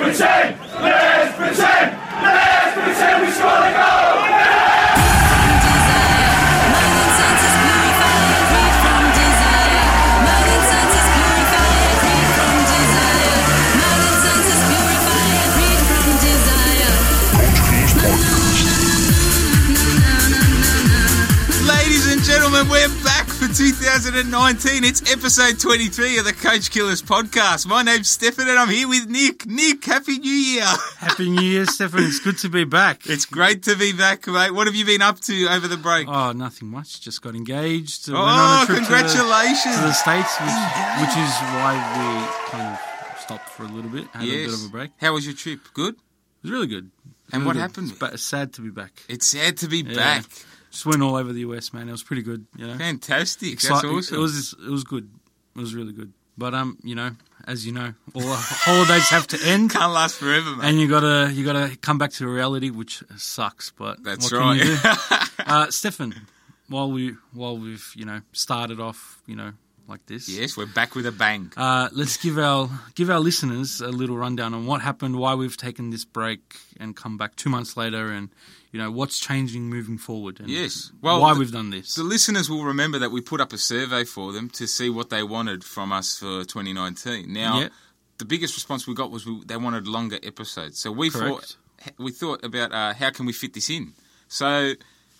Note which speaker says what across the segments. Speaker 1: pretend! Let's pretend! Let's pretend we score the goal!
Speaker 2: Ladies and gentlemen, we're back for 2019. It's episode 23 of the Coach Killers podcast. My name's Stefan and I'm here with Nick. Nick, Happy New Year.
Speaker 3: Happy New Year, Stefan. It's good to be back.
Speaker 2: It's great to be back, mate. What have you been up to over the break?
Speaker 3: Oh, nothing much. Just got engaged. went on
Speaker 2: Oh,
Speaker 3: a trip to the-
Speaker 2: congratulations.
Speaker 3: To the, States, which, which is why we kind of stopped for a little bit, had a bit of a break. It
Speaker 2: How was your trip? Good?
Speaker 3: was really good. It was
Speaker 2: And
Speaker 3: really
Speaker 2: what
Speaker 3: good.
Speaker 2: happened?
Speaker 3: It's ba- it's sad to be back.
Speaker 2: It's sad to be
Speaker 3: Yeah.
Speaker 2: back.
Speaker 3: Just went all over the US, man. It was pretty good. You know?
Speaker 2: Fantastic. That's
Speaker 3: Excite-
Speaker 2: awesome.
Speaker 3: It was, it was good. It was really good. But, um, you know, as you know, all our holidays have to end.
Speaker 2: Can't last forever, mate.
Speaker 3: And you gotta you gotta come back to reality, which sucks. But
Speaker 2: That's
Speaker 3: what can you do?
Speaker 2: right.
Speaker 3: uh, Stefan, while we while we've you know started off you know like this,
Speaker 2: yes, we're back with a bang.
Speaker 3: uh, let's give our give our listeners a little rundown on what happened, why we've taken this break and come back two months later, and you know what's changing moving forward. And
Speaker 2: Yes. Well,
Speaker 3: why
Speaker 2: the-
Speaker 3: we've done this.
Speaker 2: The listeners will remember that we put up a survey for them to see what they wanted from us for 2019. Now,
Speaker 3: Yeah.
Speaker 2: the biggest response we got was we, they wanted longer episodes. So we
Speaker 3: Correct.
Speaker 2: thought we thought about uh, how can we fit this in. So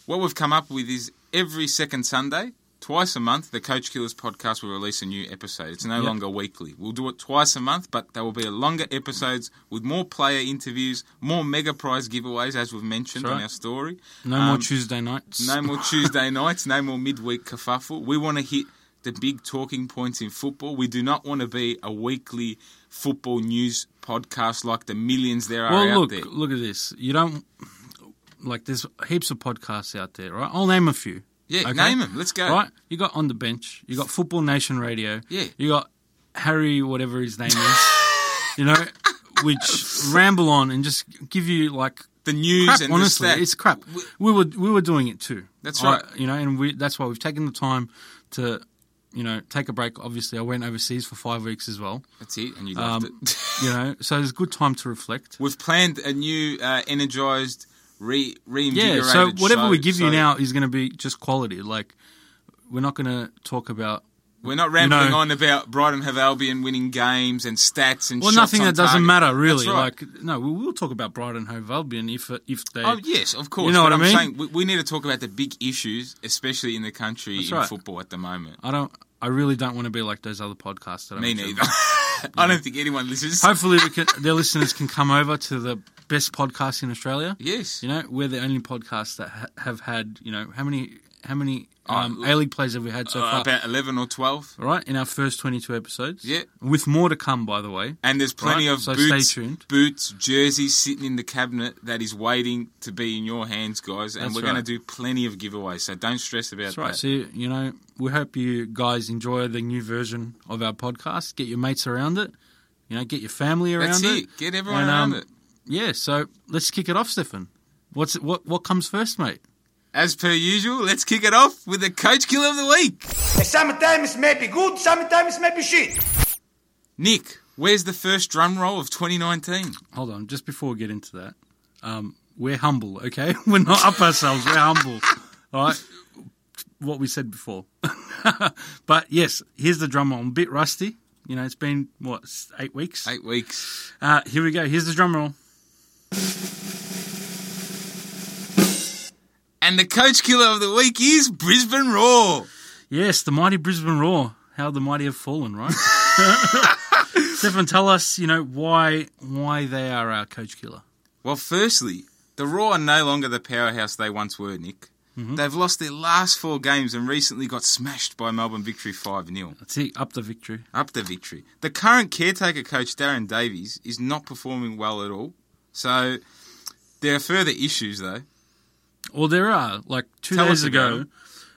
Speaker 2: what we've come up with is every second Sunday, twice a month, the Coach Killers podcast will release a new episode. It's no
Speaker 3: Yep.
Speaker 2: longer weekly. We'll do it twice a month, but there will be longer episodes with more player interviews, more mega prize giveaways, as we've mentioned
Speaker 3: That's
Speaker 2: on
Speaker 3: right.
Speaker 2: our story.
Speaker 3: no
Speaker 2: Um,
Speaker 3: more Tuesday nights.
Speaker 2: no more Tuesday nights. No more midweek kerfuffle. We want to hit the big talking points in football. We do not want to be a weekly football news podcast like the millions there are out
Speaker 3: Well, look
Speaker 2: there.
Speaker 3: look at this. You don't like. There's heaps of podcasts out there, right? I'll name a few.
Speaker 2: Yeah,
Speaker 3: okay?
Speaker 2: name them. Let's go.
Speaker 3: Right? You got On the Bench. You got Football Nation Radio.
Speaker 2: Yeah.
Speaker 3: You got Harry, whatever his name is, you know, which ramble on and just give you like.
Speaker 2: The news
Speaker 3: Crap,
Speaker 2: and
Speaker 3: honestly,
Speaker 2: the stats.
Speaker 3: it's crap. We were we were doing it too.
Speaker 2: That's
Speaker 3: I-
Speaker 2: right.
Speaker 3: you know, and we that's why we've taken the time to, you know, take a break. Obviously, I went overseas for five weeks as well.
Speaker 2: That's it, and you loved
Speaker 3: Um,
Speaker 2: it.
Speaker 3: You know, so it's a good time to reflect.
Speaker 2: We've planned a new, uh, energized, re-
Speaker 3: Yeah,
Speaker 2: reinvigorated.
Speaker 3: so whatever
Speaker 2: show,
Speaker 3: we give
Speaker 2: so
Speaker 3: you now is going to be just quality. Like, we're not going to talk about
Speaker 2: we're not rambling
Speaker 3: know-
Speaker 2: on about Brighton have Albion winning games and stats and
Speaker 3: well,
Speaker 2: shots
Speaker 3: nothing
Speaker 2: on
Speaker 3: that
Speaker 2: target.
Speaker 3: doesn't matter really.
Speaker 2: That's right.
Speaker 3: Like, no, we will talk about Brighton Hove Albion if if they.
Speaker 2: Oh yes, of course.
Speaker 3: You know
Speaker 2: but
Speaker 3: what I
Speaker 2: I'm
Speaker 3: mean?
Speaker 2: Saying we, we need to talk about the big issues, especially in the country
Speaker 3: That's
Speaker 2: in
Speaker 3: right.
Speaker 2: football at the moment.
Speaker 3: I don't. I really don't want to be like those other podcasts. That I
Speaker 2: Me
Speaker 3: mentioned.
Speaker 2: neither. I don't think anyone listens.
Speaker 3: Hopefully, we can, their listeners can come over to the best podcast in Australia.
Speaker 2: yes.
Speaker 3: You know, we're the only podcast that ha- have had. You know, how many how many um,
Speaker 2: Oh,
Speaker 3: A League players have we had so
Speaker 2: Uh,
Speaker 3: far?
Speaker 2: about 11 or 12.
Speaker 3: All right, in our first twenty-two episodes.
Speaker 2: Yeah.
Speaker 3: with more to come, by the way.
Speaker 2: And there's plenty
Speaker 3: Right,
Speaker 2: of
Speaker 3: so stay
Speaker 2: boots,
Speaker 3: tuned.
Speaker 2: boots, jerseys sitting in the cabinet that is waiting to be in your hands, guys. And
Speaker 3: That's
Speaker 2: we're going
Speaker 3: right.
Speaker 2: to do plenty of giveaways, so don't stress about
Speaker 3: That's right.
Speaker 2: that.
Speaker 3: So you know, we hope you guys enjoy the new version of our podcast. Get your mates around it. You know, get your family around
Speaker 2: That's
Speaker 3: it.
Speaker 2: it. Get everyone
Speaker 3: And,
Speaker 2: around
Speaker 3: um,
Speaker 2: it.
Speaker 3: Yeah. So let's kick it off, Stefan. What's what? What comes first, mate?
Speaker 2: As per usual, let's kick it off with the coach killer of the week.
Speaker 1: Sometimes it may be good, sometimes it may be shit.
Speaker 2: Nick, where's the first drum roll of 2019?
Speaker 3: Hold on, just before we get into that, um, we're humble. Okay, we're not up ourselves. We're humble. All right. What we said before. but yes, here's the drum roll. I'm a bit rusty. You know, it's been what s- eight weeks.
Speaker 2: Eight weeks.
Speaker 3: Uh, here we go. Here's the drum roll.
Speaker 2: And the coach killer of the week is Brisbane Roar.
Speaker 3: Yes, the mighty Brisbane Roar. How the mighty have fallen, right? Stefan, tell us, you know, why why they are our coach killer.
Speaker 2: Well, firstly, the Raw are no longer the powerhouse they once were, Nick. They've lost their last four games and recently got smashed by Melbourne Victory 5 0.
Speaker 3: Let's see, up the victory.
Speaker 2: Up the victory. The current caretaker coach, Darren Davies, is not performing well at all. So there are further issues, though.
Speaker 3: Well, there are. Like two
Speaker 2: Tell us
Speaker 3: days
Speaker 2: about
Speaker 3: ago,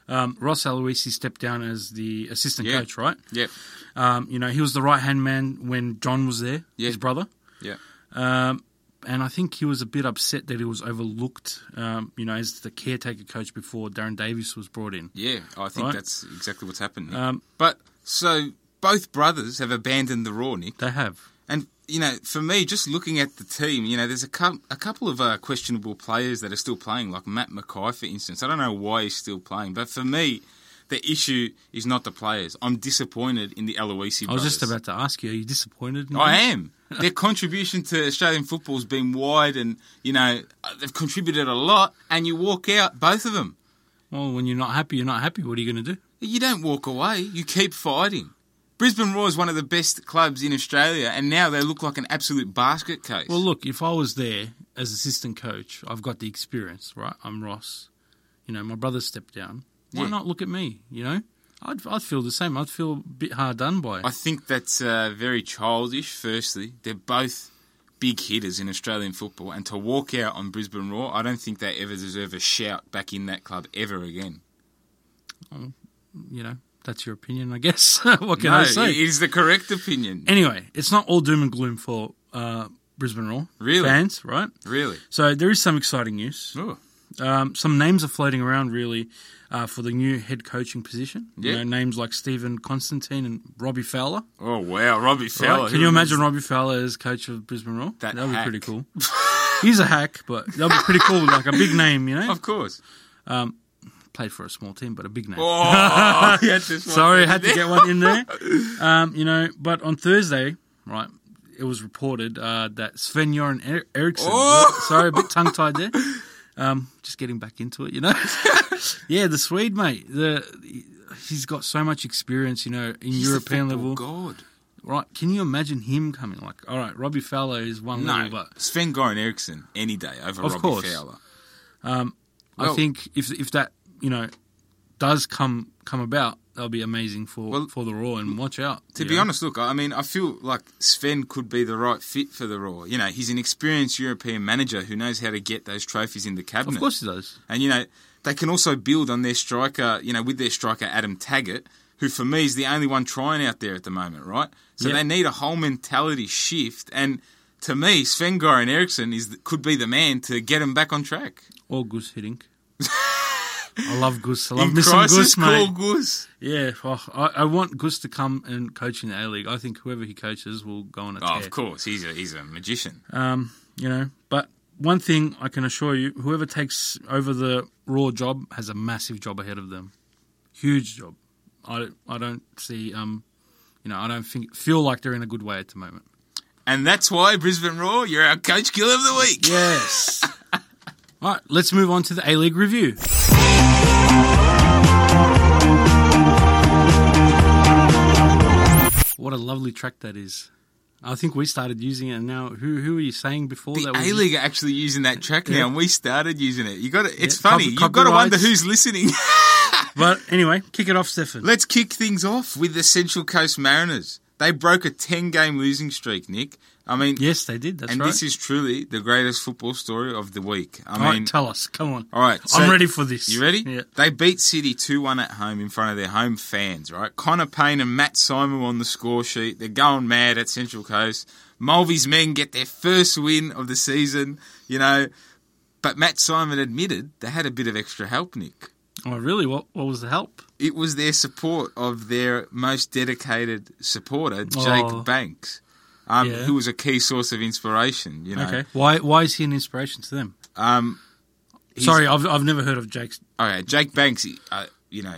Speaker 3: um, Ross Aloisi stepped down as the assistant
Speaker 2: Yeah.
Speaker 3: coach, right?
Speaker 2: Yep.
Speaker 3: Um, you know, he was the right hand man when John was there,
Speaker 2: Yeah.
Speaker 3: his brother.
Speaker 2: Yep.
Speaker 3: Um, and I think he was a bit upset that he was overlooked, um, you know, as the caretaker coach before Darren Davis was brought in.
Speaker 2: Yeah, I think
Speaker 3: Right.
Speaker 2: that's exactly what's happened. Nick.
Speaker 3: Um,
Speaker 2: but so both brothers have abandoned the Raw, Nick.
Speaker 3: They have.
Speaker 2: And you know, for me, just looking at the team, you know, there's a, cou- a couple of uh, questionable players that are still playing, like Matt Mackay, for instance. I don't know why he's still playing, but for me, the issue is not the players. I'm disappointed in the Aloisi brothers.
Speaker 3: I was just about to ask you, are you disappointed? in
Speaker 2: I
Speaker 3: them?
Speaker 2: am. Their contribution to Australian football has been wide, and you know they've contributed a lot. And you walk out, both of them.
Speaker 3: Well, Oh, when you're not happy, you're not happy. What are you going to do?
Speaker 2: You don't walk away. You keep fighting. Brisbane Roar is one of the best clubs in Australia, and now they look like an absolute basket case.
Speaker 3: Well, look, if I was there as assistant coach, I've got the experience, right? I'm Ross. You know, my brother stepped down. Why
Speaker 2: Yeah.
Speaker 3: not look at me? You know, I'd I'd feel the same. I'd feel a bit hard done by.
Speaker 2: I think that's uh, very childish. Firstly, they're both big hitters in Australian football, and to walk out on Brisbane Roar, I don't think they ever deserve a shout back in that club ever again.
Speaker 3: You know, that's your opinion, I guess. what can I
Speaker 2: no,
Speaker 3: say?
Speaker 2: it is the correct opinion.
Speaker 3: anyway, it's not all doom and gloom for uh, Brisbane Roar
Speaker 2: Really?
Speaker 3: fans, right?
Speaker 2: Really?
Speaker 3: So there is some exciting news.
Speaker 2: Oh,
Speaker 3: Um, some names are floating around, really, uh, for the new head coaching position. You
Speaker 2: Yeah.
Speaker 3: know, names like Stephen Constantine and Robbie Fowler.
Speaker 2: oh wow, Robbie
Speaker 3: Right?
Speaker 2: Fowler.
Speaker 3: Can
Speaker 2: who
Speaker 3: you
Speaker 2: remembers-
Speaker 3: imagine Robbie Fowler as coach of Brisbane Roar?
Speaker 2: That
Speaker 3: would be
Speaker 2: hack.
Speaker 3: pretty cool. He's a hack, but that would be pretty cool. Like a big name, you know.
Speaker 2: Of course.
Speaker 3: Played for a small team, but a big name.
Speaker 2: Oh, yeah, this one.
Speaker 3: Sorry, had to get one in there. Um, you know, but on Thursday, right, it was reported uh, that Sven Joran er- Eriksson.
Speaker 2: Oh!
Speaker 3: Sorry, a bit tongue tied there. Um, just getting back into it, you know. yeah, the Swede, mate. The he's got so much experience, you know, in
Speaker 2: He's the
Speaker 3: European
Speaker 2: football
Speaker 3: level.
Speaker 2: God.
Speaker 3: Right? Can you imagine him coming? Like, all right, Robbie Fowler is one
Speaker 2: No,
Speaker 3: level, but
Speaker 2: Sven Goran Eriksson any day over
Speaker 3: Of
Speaker 2: Robbie
Speaker 3: course.
Speaker 2: Fowler.
Speaker 3: I
Speaker 2: Well-
Speaker 3: think if if that you know does come come about, that'll be amazing for
Speaker 2: Well,
Speaker 3: for the Raw. And watch out.
Speaker 2: To
Speaker 3: you
Speaker 2: be
Speaker 3: know?
Speaker 2: honest, look, I I mean, I feel like Sven could be the right fit for the Raw. You know, he's an experienced European manager who knows how to get those trophies in the cabinet.
Speaker 3: of course he does.
Speaker 2: And, you know, they can also build on their striker, you know, with their striker Adam Taggart, who for me is the only one trying out there at the moment, right? So
Speaker 3: Yeah.
Speaker 2: they need a whole mentality shift. And to me, Sven Goran Eriksson is, the- could be the man to get him back on track.
Speaker 3: Or goose hitting. I love goose. I love me some
Speaker 2: crisis,
Speaker 3: goose, mate.
Speaker 2: call Goose.
Speaker 3: Yeah, oh, I, I want goose to come and coach in the A League. I think whoever he coaches will go on a
Speaker 2: Oh,
Speaker 3: tear.
Speaker 2: of course, he's a he's a magician.
Speaker 3: Um, you know, but one thing I can assure you, whoever takes over the Raw job has a massive job ahead of them. Huge job. I don't, I don't see. Um, you know, I don't think feel like they're in a good way at the moment.
Speaker 2: And that's why Brisbane Roar, you're our coach killer of the week.
Speaker 3: Yes. All right, let's move on to the A League review. What a lovely track that is. I think we started using it and now. Who who were you saying before
Speaker 2: The
Speaker 3: that was
Speaker 2: A League are actually using that track now, and we started using it. You got to, It's
Speaker 3: Yeah,
Speaker 2: funny.
Speaker 3: copy-
Speaker 2: You've got to wonder
Speaker 3: copyrights.
Speaker 2: who's listening.
Speaker 3: But anyway, kick it off, Stefan.
Speaker 2: Let's kick things off with the Central Coast Mariners. They broke a ten-game losing streak, Nick. I mean,
Speaker 3: yes, they did. That's
Speaker 2: and
Speaker 3: right.
Speaker 2: this is truly the greatest football story of the week. I
Speaker 3: All right,
Speaker 2: mean,
Speaker 3: tell us. Come on.
Speaker 2: all right,
Speaker 3: I'm
Speaker 2: so-
Speaker 3: ready for this.
Speaker 2: You ready?
Speaker 3: Yeah.
Speaker 2: They beat City 2 1 at home in front of their home fans, right? Connor Payne and Matt Simon were on the score sheet. They're going mad at Central Coast. Mulvey's men get their first win of the season, you know. But Matt Simon admitted they had a bit of extra help, Nick.
Speaker 3: Oh, really? What what was the help?
Speaker 2: It was their support of their most dedicated supporter, Jake
Speaker 3: Oh.
Speaker 2: Banks, um,
Speaker 3: Yeah.
Speaker 2: who was a key source of inspiration, you know.
Speaker 3: Okay. Why why is he an inspiration to them?
Speaker 2: Um, he's-
Speaker 3: Sorry, I've I've never heard of Jake's.
Speaker 2: Okay, Oh, Jake Banks, he- uh, you know,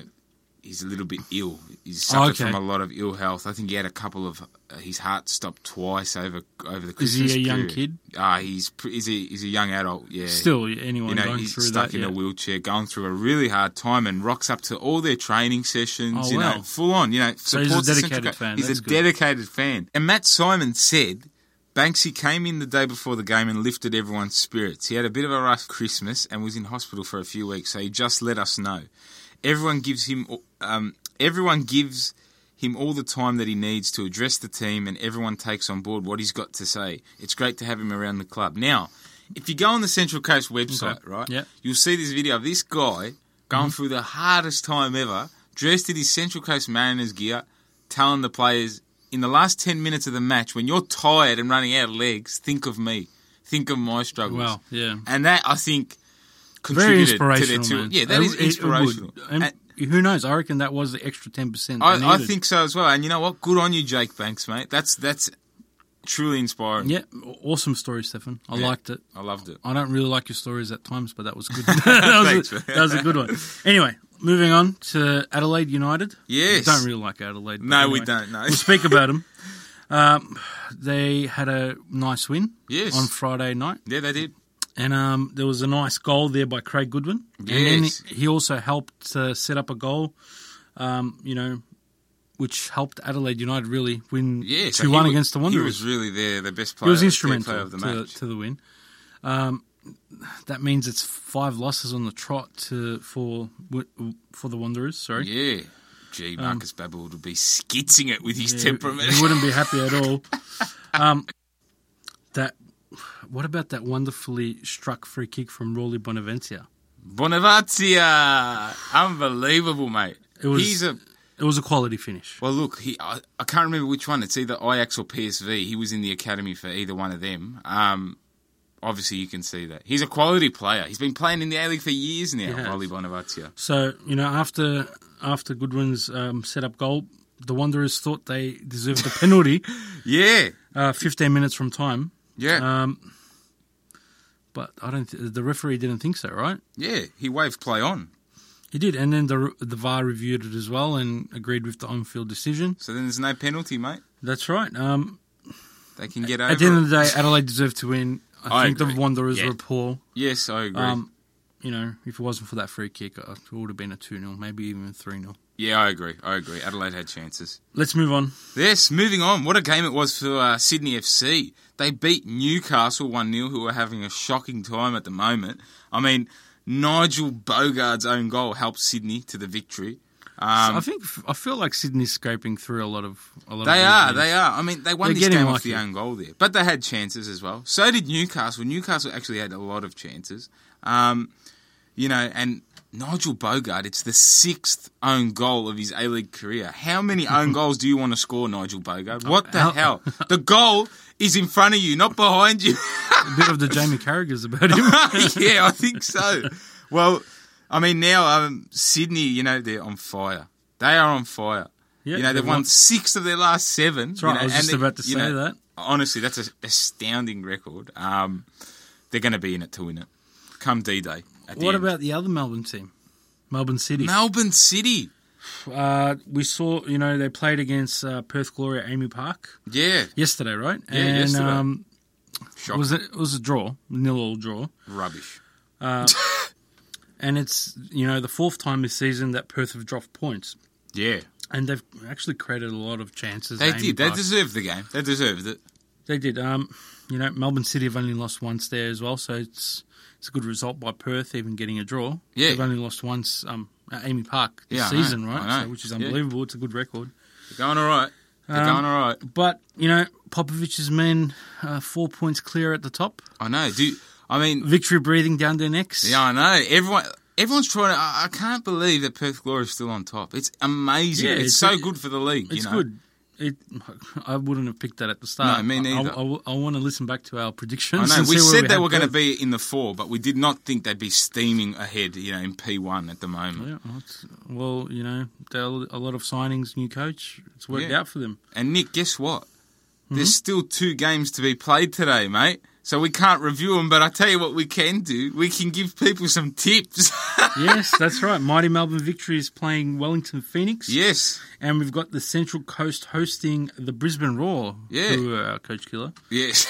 Speaker 2: he's a little bit ill. He's suffered
Speaker 3: Oh, Okay.
Speaker 2: from a lot of ill health. I think he had a couple of uh, his heart stopped twice over over the
Speaker 3: Is he
Speaker 2: Christmas.
Speaker 3: a young
Speaker 2: period. Uh, he's pr- he's a, he's a young adult. Yeah,
Speaker 3: Still, anyone
Speaker 2: you know,
Speaker 3: going
Speaker 2: he's
Speaker 3: through
Speaker 2: stuck
Speaker 3: that?
Speaker 2: in
Speaker 3: yeah.
Speaker 2: a wheelchair, going through a really hard time, and rocks up to all their training sessions.
Speaker 3: Oh,
Speaker 2: you
Speaker 3: wow.
Speaker 2: know, full on. You know, so
Speaker 3: he's a dedicated fan,
Speaker 2: He's
Speaker 3: that's
Speaker 2: a
Speaker 3: good.
Speaker 2: dedicated fan. And Matt Simon said. Banksy came in the day before the game and lifted everyone's spirits. He had a bit of a rough Christmas and was in hospital for a few weeks, so he just let us know. Everyone gives him um, everyone gives him all the time that he needs to address the team, and everyone takes on board what he's got to say. It's great to have him around the club. Now, if you go on the Central Coast website,
Speaker 3: Okay.
Speaker 2: right,
Speaker 3: Yeah.
Speaker 2: you'll see this video of this guy going through the hardest time ever, dressed in his Central Coast Mariners gear, telling the players in the last ten minutes of the match, when you're tired and running out of legs, think of me, think of my struggles.
Speaker 3: Wow, yeah.
Speaker 2: and that I think.
Speaker 3: Very
Speaker 2: Contributed
Speaker 3: inspirational.
Speaker 2: to their
Speaker 3: man.
Speaker 2: two. Yeah, that
Speaker 3: It-
Speaker 2: is
Speaker 3: it- it would.
Speaker 2: inspirational.
Speaker 3: And
Speaker 2: And-
Speaker 3: who knows? I reckon that was the extra ten percent.
Speaker 2: I, I think so as well. And you know what? Good on you, Jake Banks, mate. That's that's Truly inspiring.
Speaker 3: Yeah, aw- awesome story, Stefan. I
Speaker 2: Yeah.
Speaker 3: liked it.
Speaker 2: I loved it.
Speaker 3: I don't really like your stories at times, but that was good. that, was
Speaker 2: Thanks,
Speaker 3: a,
Speaker 2: man.
Speaker 3: that was a good one. Anyway, moving on to Adelaide United.
Speaker 2: Yes.
Speaker 3: We don't really like Adelaide. but
Speaker 2: No, we
Speaker 3: anyway.
Speaker 2: don't. No.
Speaker 3: We'll speak about them. Um, they had a nice win
Speaker 2: Yes.
Speaker 3: on Friday night,
Speaker 2: yeah, they did.
Speaker 3: and um, there was a nice goal there by Craig Goodwin. And
Speaker 2: Yes.
Speaker 3: then he also helped uh, set up a goal, um, you know, which helped Adelaide United really win
Speaker 2: Yeah,
Speaker 3: 2
Speaker 2: so
Speaker 3: 1
Speaker 2: he wa-
Speaker 3: against the
Speaker 2: He
Speaker 3: Wanderers.
Speaker 2: was really there, the best player.
Speaker 3: He was
Speaker 2: their
Speaker 3: instrumental
Speaker 2: player of the
Speaker 3: to,
Speaker 2: match.
Speaker 3: to the win. Um, that means it's five losses on the trot to, for for the Wanderers. Sorry,
Speaker 2: yeah. Gee, Marcus Babbel would be skitzing it with his
Speaker 3: Yeah,
Speaker 2: temperament.
Speaker 3: He wouldn't be happy at all. um, that. What about that wonderfully struck free kick from Rolly Bonaventia?
Speaker 2: Bonavazia, unbelievable, mate.
Speaker 3: It was-
Speaker 2: He's a
Speaker 3: It was a quality finish.
Speaker 2: well. Look, he I, I can't remember which one. It's either Ajax or PSV. He was in the academy for either one of them. Um, obviously you can see that he's a quality player. He's been playing in the A League for years now.
Speaker 3: has.
Speaker 2: Rolly Bonavazia.
Speaker 3: So you know, after after Goodwin's um, set up goal, the Wanderers thought they deserved a penalty,
Speaker 2: Yeah,
Speaker 3: uh, fifteen minutes from time.
Speaker 2: yeah,
Speaker 3: Um, but I don't. Th- the referee didn't think so, right?
Speaker 2: yeah. He waved play on.
Speaker 3: He did, and then the the VAR reviewed it as well and agreed with the on-field decision.
Speaker 2: So then there's no penalty, mate.
Speaker 3: That's right. Um,
Speaker 2: They can get over.
Speaker 3: at the end
Speaker 2: it.
Speaker 3: of the day, Adelaide deserved to win. I,
Speaker 2: I
Speaker 3: think
Speaker 2: agree.
Speaker 3: the Wanderers
Speaker 2: Yeah.
Speaker 3: were poor.
Speaker 2: yes, I agree.
Speaker 3: Um, you know, if it wasn't for that free kick, uh, it would have been a two 0 maybe even three 0
Speaker 2: yeah, I agree. I agree. Adelaide had chances.
Speaker 3: Let's move on.
Speaker 2: Yes, moving on. What a game it was for uh, Sydney FC. They beat Newcastle 1 0, who are having a shocking time at the moment. I mean, Nigel Bogard's own goal helped Sydney to the victory. Um,
Speaker 3: I think I feel like Sydney's scraping through a lot of a lot.
Speaker 2: they
Speaker 3: of
Speaker 2: are,
Speaker 3: good wins.
Speaker 2: they are. I mean, they won
Speaker 3: They're
Speaker 2: this
Speaker 3: getting
Speaker 2: game off
Speaker 3: lucky.
Speaker 2: the own goal there, but they had chances as well. So did Newcastle. Newcastle actually had a lot of chances. Um, you know, and Nigel Bogard, it's the sixth own goal of his A League career. How many own goals do you want to score, Nigel Bogard? What the
Speaker 3: how-
Speaker 2: hell? The goal is in front of you, not behind you.
Speaker 3: A bit of the Jamie Carragher's about him.
Speaker 2: yeah, I think so. Well, I mean, now um, Sydney, you know, they're on fire. They are on fire.
Speaker 3: Yeah,
Speaker 2: you know, they've
Speaker 3: they've
Speaker 2: won,
Speaker 3: won-
Speaker 2: six of their last seven.
Speaker 3: That's right.
Speaker 2: you know,
Speaker 3: I was
Speaker 2: and
Speaker 3: just
Speaker 2: they-
Speaker 3: about to say
Speaker 2: you know,
Speaker 3: that.
Speaker 2: Honestly, that's an astounding record. Um, they're going to be in it to win it. Come D Day.
Speaker 3: What about the other Melbourne team, Melbourne City?
Speaker 2: Melbourne City?
Speaker 3: Uh, we saw, you know, they played against uh, Perth Glory at Amy Park
Speaker 2: Yeah,
Speaker 3: yesterday, right?
Speaker 2: Yeah,
Speaker 3: and,
Speaker 2: yesterday.
Speaker 3: Um, it
Speaker 2: shock.
Speaker 3: was a, it was a draw, nil all draw,
Speaker 2: rubbish.
Speaker 3: and it's you know the fourth time this season that Perth have dropped points,
Speaker 2: Yeah,
Speaker 3: and they've actually created a lot of chances.
Speaker 2: they
Speaker 3: at Amy
Speaker 2: did. They
Speaker 3: Park.
Speaker 2: deserved the game. They deserved it.
Speaker 3: They did. Um, you know, Melbourne City have only lost once there as well, so it's it's a good result by Perth even getting a draw.
Speaker 2: Yeah.
Speaker 3: they've only lost once. Um, at Amy Park this
Speaker 2: Yeah, I know,
Speaker 3: season,
Speaker 2: I
Speaker 3: right?
Speaker 2: know.
Speaker 3: So, which is
Speaker 2: Yeah.
Speaker 3: unbelievable. It's a good record.
Speaker 2: They're going all right. They're
Speaker 3: Um,
Speaker 2: going all right.
Speaker 3: But you know, Popovich's men uh, four points clear at the top.
Speaker 2: I know. Do you- I mean
Speaker 3: Victory breathing down their necks.
Speaker 2: Yeah, I know. Everyone, everyone's trying to. I, I can't believe that Perth Glory is still on top. It's amazing.
Speaker 3: Yeah,
Speaker 2: it's,
Speaker 3: it's-
Speaker 2: so good for the league.
Speaker 3: it's
Speaker 2: you know?
Speaker 3: good. It, I wouldn't have picked that at the start.
Speaker 2: No, me neither.
Speaker 3: I, want to listen back to our
Speaker 2: I
Speaker 3: predictions.
Speaker 2: know.
Speaker 3: and
Speaker 2: We
Speaker 3: see where
Speaker 2: said they
Speaker 3: had
Speaker 2: were going to
Speaker 3: Perth.
Speaker 2: be in the four, but we did not think they'd be steaming ahead. You know, in P one at the moment.
Speaker 3: Yeah, well, it's- well, you know, there are a lot of signings, new coach. It's worked
Speaker 2: Yeah.
Speaker 3: out for them.
Speaker 2: And Nick, guess what?
Speaker 3: Hmm?
Speaker 2: There's still two games to be played today, mate. So we can't review them, but I tell you what, we can do. We can give people some tips.
Speaker 3: yes, that's right. Mighty Melbourne Victory is playing Wellington Phoenix.
Speaker 2: yes,
Speaker 3: And we've got the Central Coast hosting the Brisbane Roar,
Speaker 2: Yeah.
Speaker 3: who are our coach killer.
Speaker 2: yes.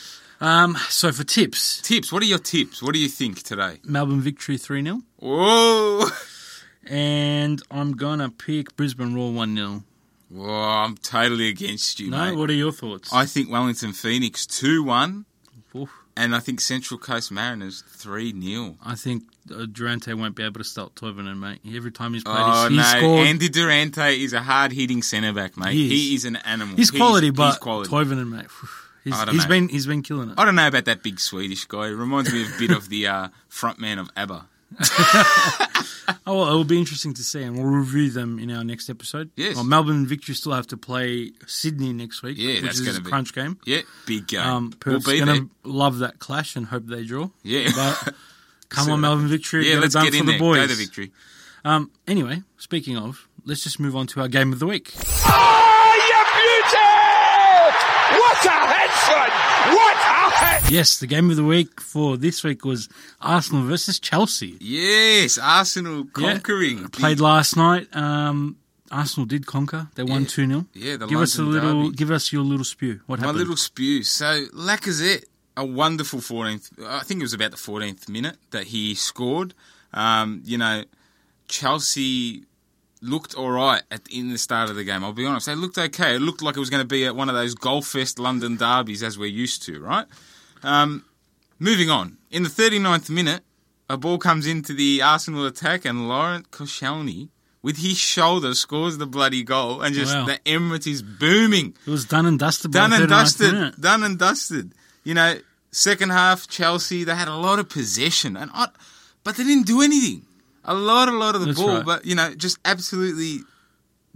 Speaker 3: Um, so for tips,
Speaker 2: tips. What are your tips? What do you think today?
Speaker 3: Melbourne Victory 3 0.
Speaker 2: Whoa.
Speaker 3: And I'm going to pick Brisbane Roar 1 0.
Speaker 2: Whoa, I'm totally against you,
Speaker 3: No,
Speaker 2: mate.
Speaker 3: what are your thoughts?
Speaker 2: I think Wellington Phoenix 2 1,
Speaker 3: Oof.
Speaker 2: and I think Central Coast Mariners 3 0.
Speaker 3: I think uh, Durante won't be able to stop Toivonen, mate. Every time he's played,
Speaker 2: Oh,
Speaker 3: he's,
Speaker 2: no.
Speaker 3: he's scored.
Speaker 2: Andy Durante is a hard hitting centre back, mate.
Speaker 3: He
Speaker 2: He
Speaker 3: is.
Speaker 2: is. an animal.
Speaker 3: he's
Speaker 2: He is-
Speaker 3: quality, but
Speaker 2: He's quality.
Speaker 3: Toivonen, mate. phew,
Speaker 2: I
Speaker 3: He's,
Speaker 2: don't
Speaker 3: he's
Speaker 2: know.
Speaker 3: been he's been killing it.
Speaker 2: I don't know about that big Swedish guy. He reminds me a bit of the uh, frontman of ABBA.
Speaker 3: Oh, well, it will be interesting to see, and we'll review them in our next episode.
Speaker 2: Yes.
Speaker 3: Well, Melbourne Victory still have to play Sydney next week,
Speaker 2: Yeah,
Speaker 3: which
Speaker 2: that's
Speaker 3: is
Speaker 2: gonna
Speaker 3: a
Speaker 2: be-
Speaker 3: crunch game.
Speaker 2: Yeah, big game.
Speaker 3: Um,
Speaker 2: we'll
Speaker 3: Perth's
Speaker 2: be there.
Speaker 3: going to love that clash and hope they draw.
Speaker 2: Yeah.
Speaker 3: But come
Speaker 2: So-
Speaker 3: on, Melbourne Victory.
Speaker 2: yeah,
Speaker 3: it
Speaker 2: let's
Speaker 3: done
Speaker 2: get
Speaker 3: for
Speaker 2: in
Speaker 3: the
Speaker 2: there.
Speaker 3: Boys.
Speaker 2: Go to victory.
Speaker 3: Um, anyway, speaking of, let's just move on to our game of the week.
Speaker 1: Oh, you beauty!
Speaker 4: What a headshot! What a head!
Speaker 3: Yes, the game of the week for this week was Arsenal versus Chelsea.
Speaker 2: Yes, Arsenal
Speaker 3: Yeah.
Speaker 2: conquering.
Speaker 3: Played last night. Um, Arsenal did conquer. They won
Speaker 2: Yeah.
Speaker 3: 2 0.
Speaker 2: Yeah, the
Speaker 3: give us a
Speaker 2: London
Speaker 3: little
Speaker 2: derby.
Speaker 3: give us your little spew. What
Speaker 2: My
Speaker 3: happened?
Speaker 2: little spew. So Lacazette, a wonderful 14th. I think it was about the 14th minute that he scored. Um, you know, Chelsea looked all right at in the start of the game. I'll be honest, they looked okay. It looked like it was going to be at one of those golf fest London derbies as we're used to, right? Um, moving on. In the 39th minute, a ball comes into the Arsenal attack, and Laurent Koscielny, with his shoulder, scores the bloody goal, and just
Speaker 3: Wow.
Speaker 2: the Emirates is booming
Speaker 3: it was done and dusted. by
Speaker 2: done
Speaker 3: the
Speaker 2: and
Speaker 3: 39th
Speaker 2: dusted.
Speaker 3: minute.
Speaker 2: Done and dusted. You know, second half Chelsea they had a lot of possession and I, but they didn't do anything. A lot, a lot of the
Speaker 3: That's
Speaker 2: ball,
Speaker 3: right.
Speaker 2: but you know, just absolutely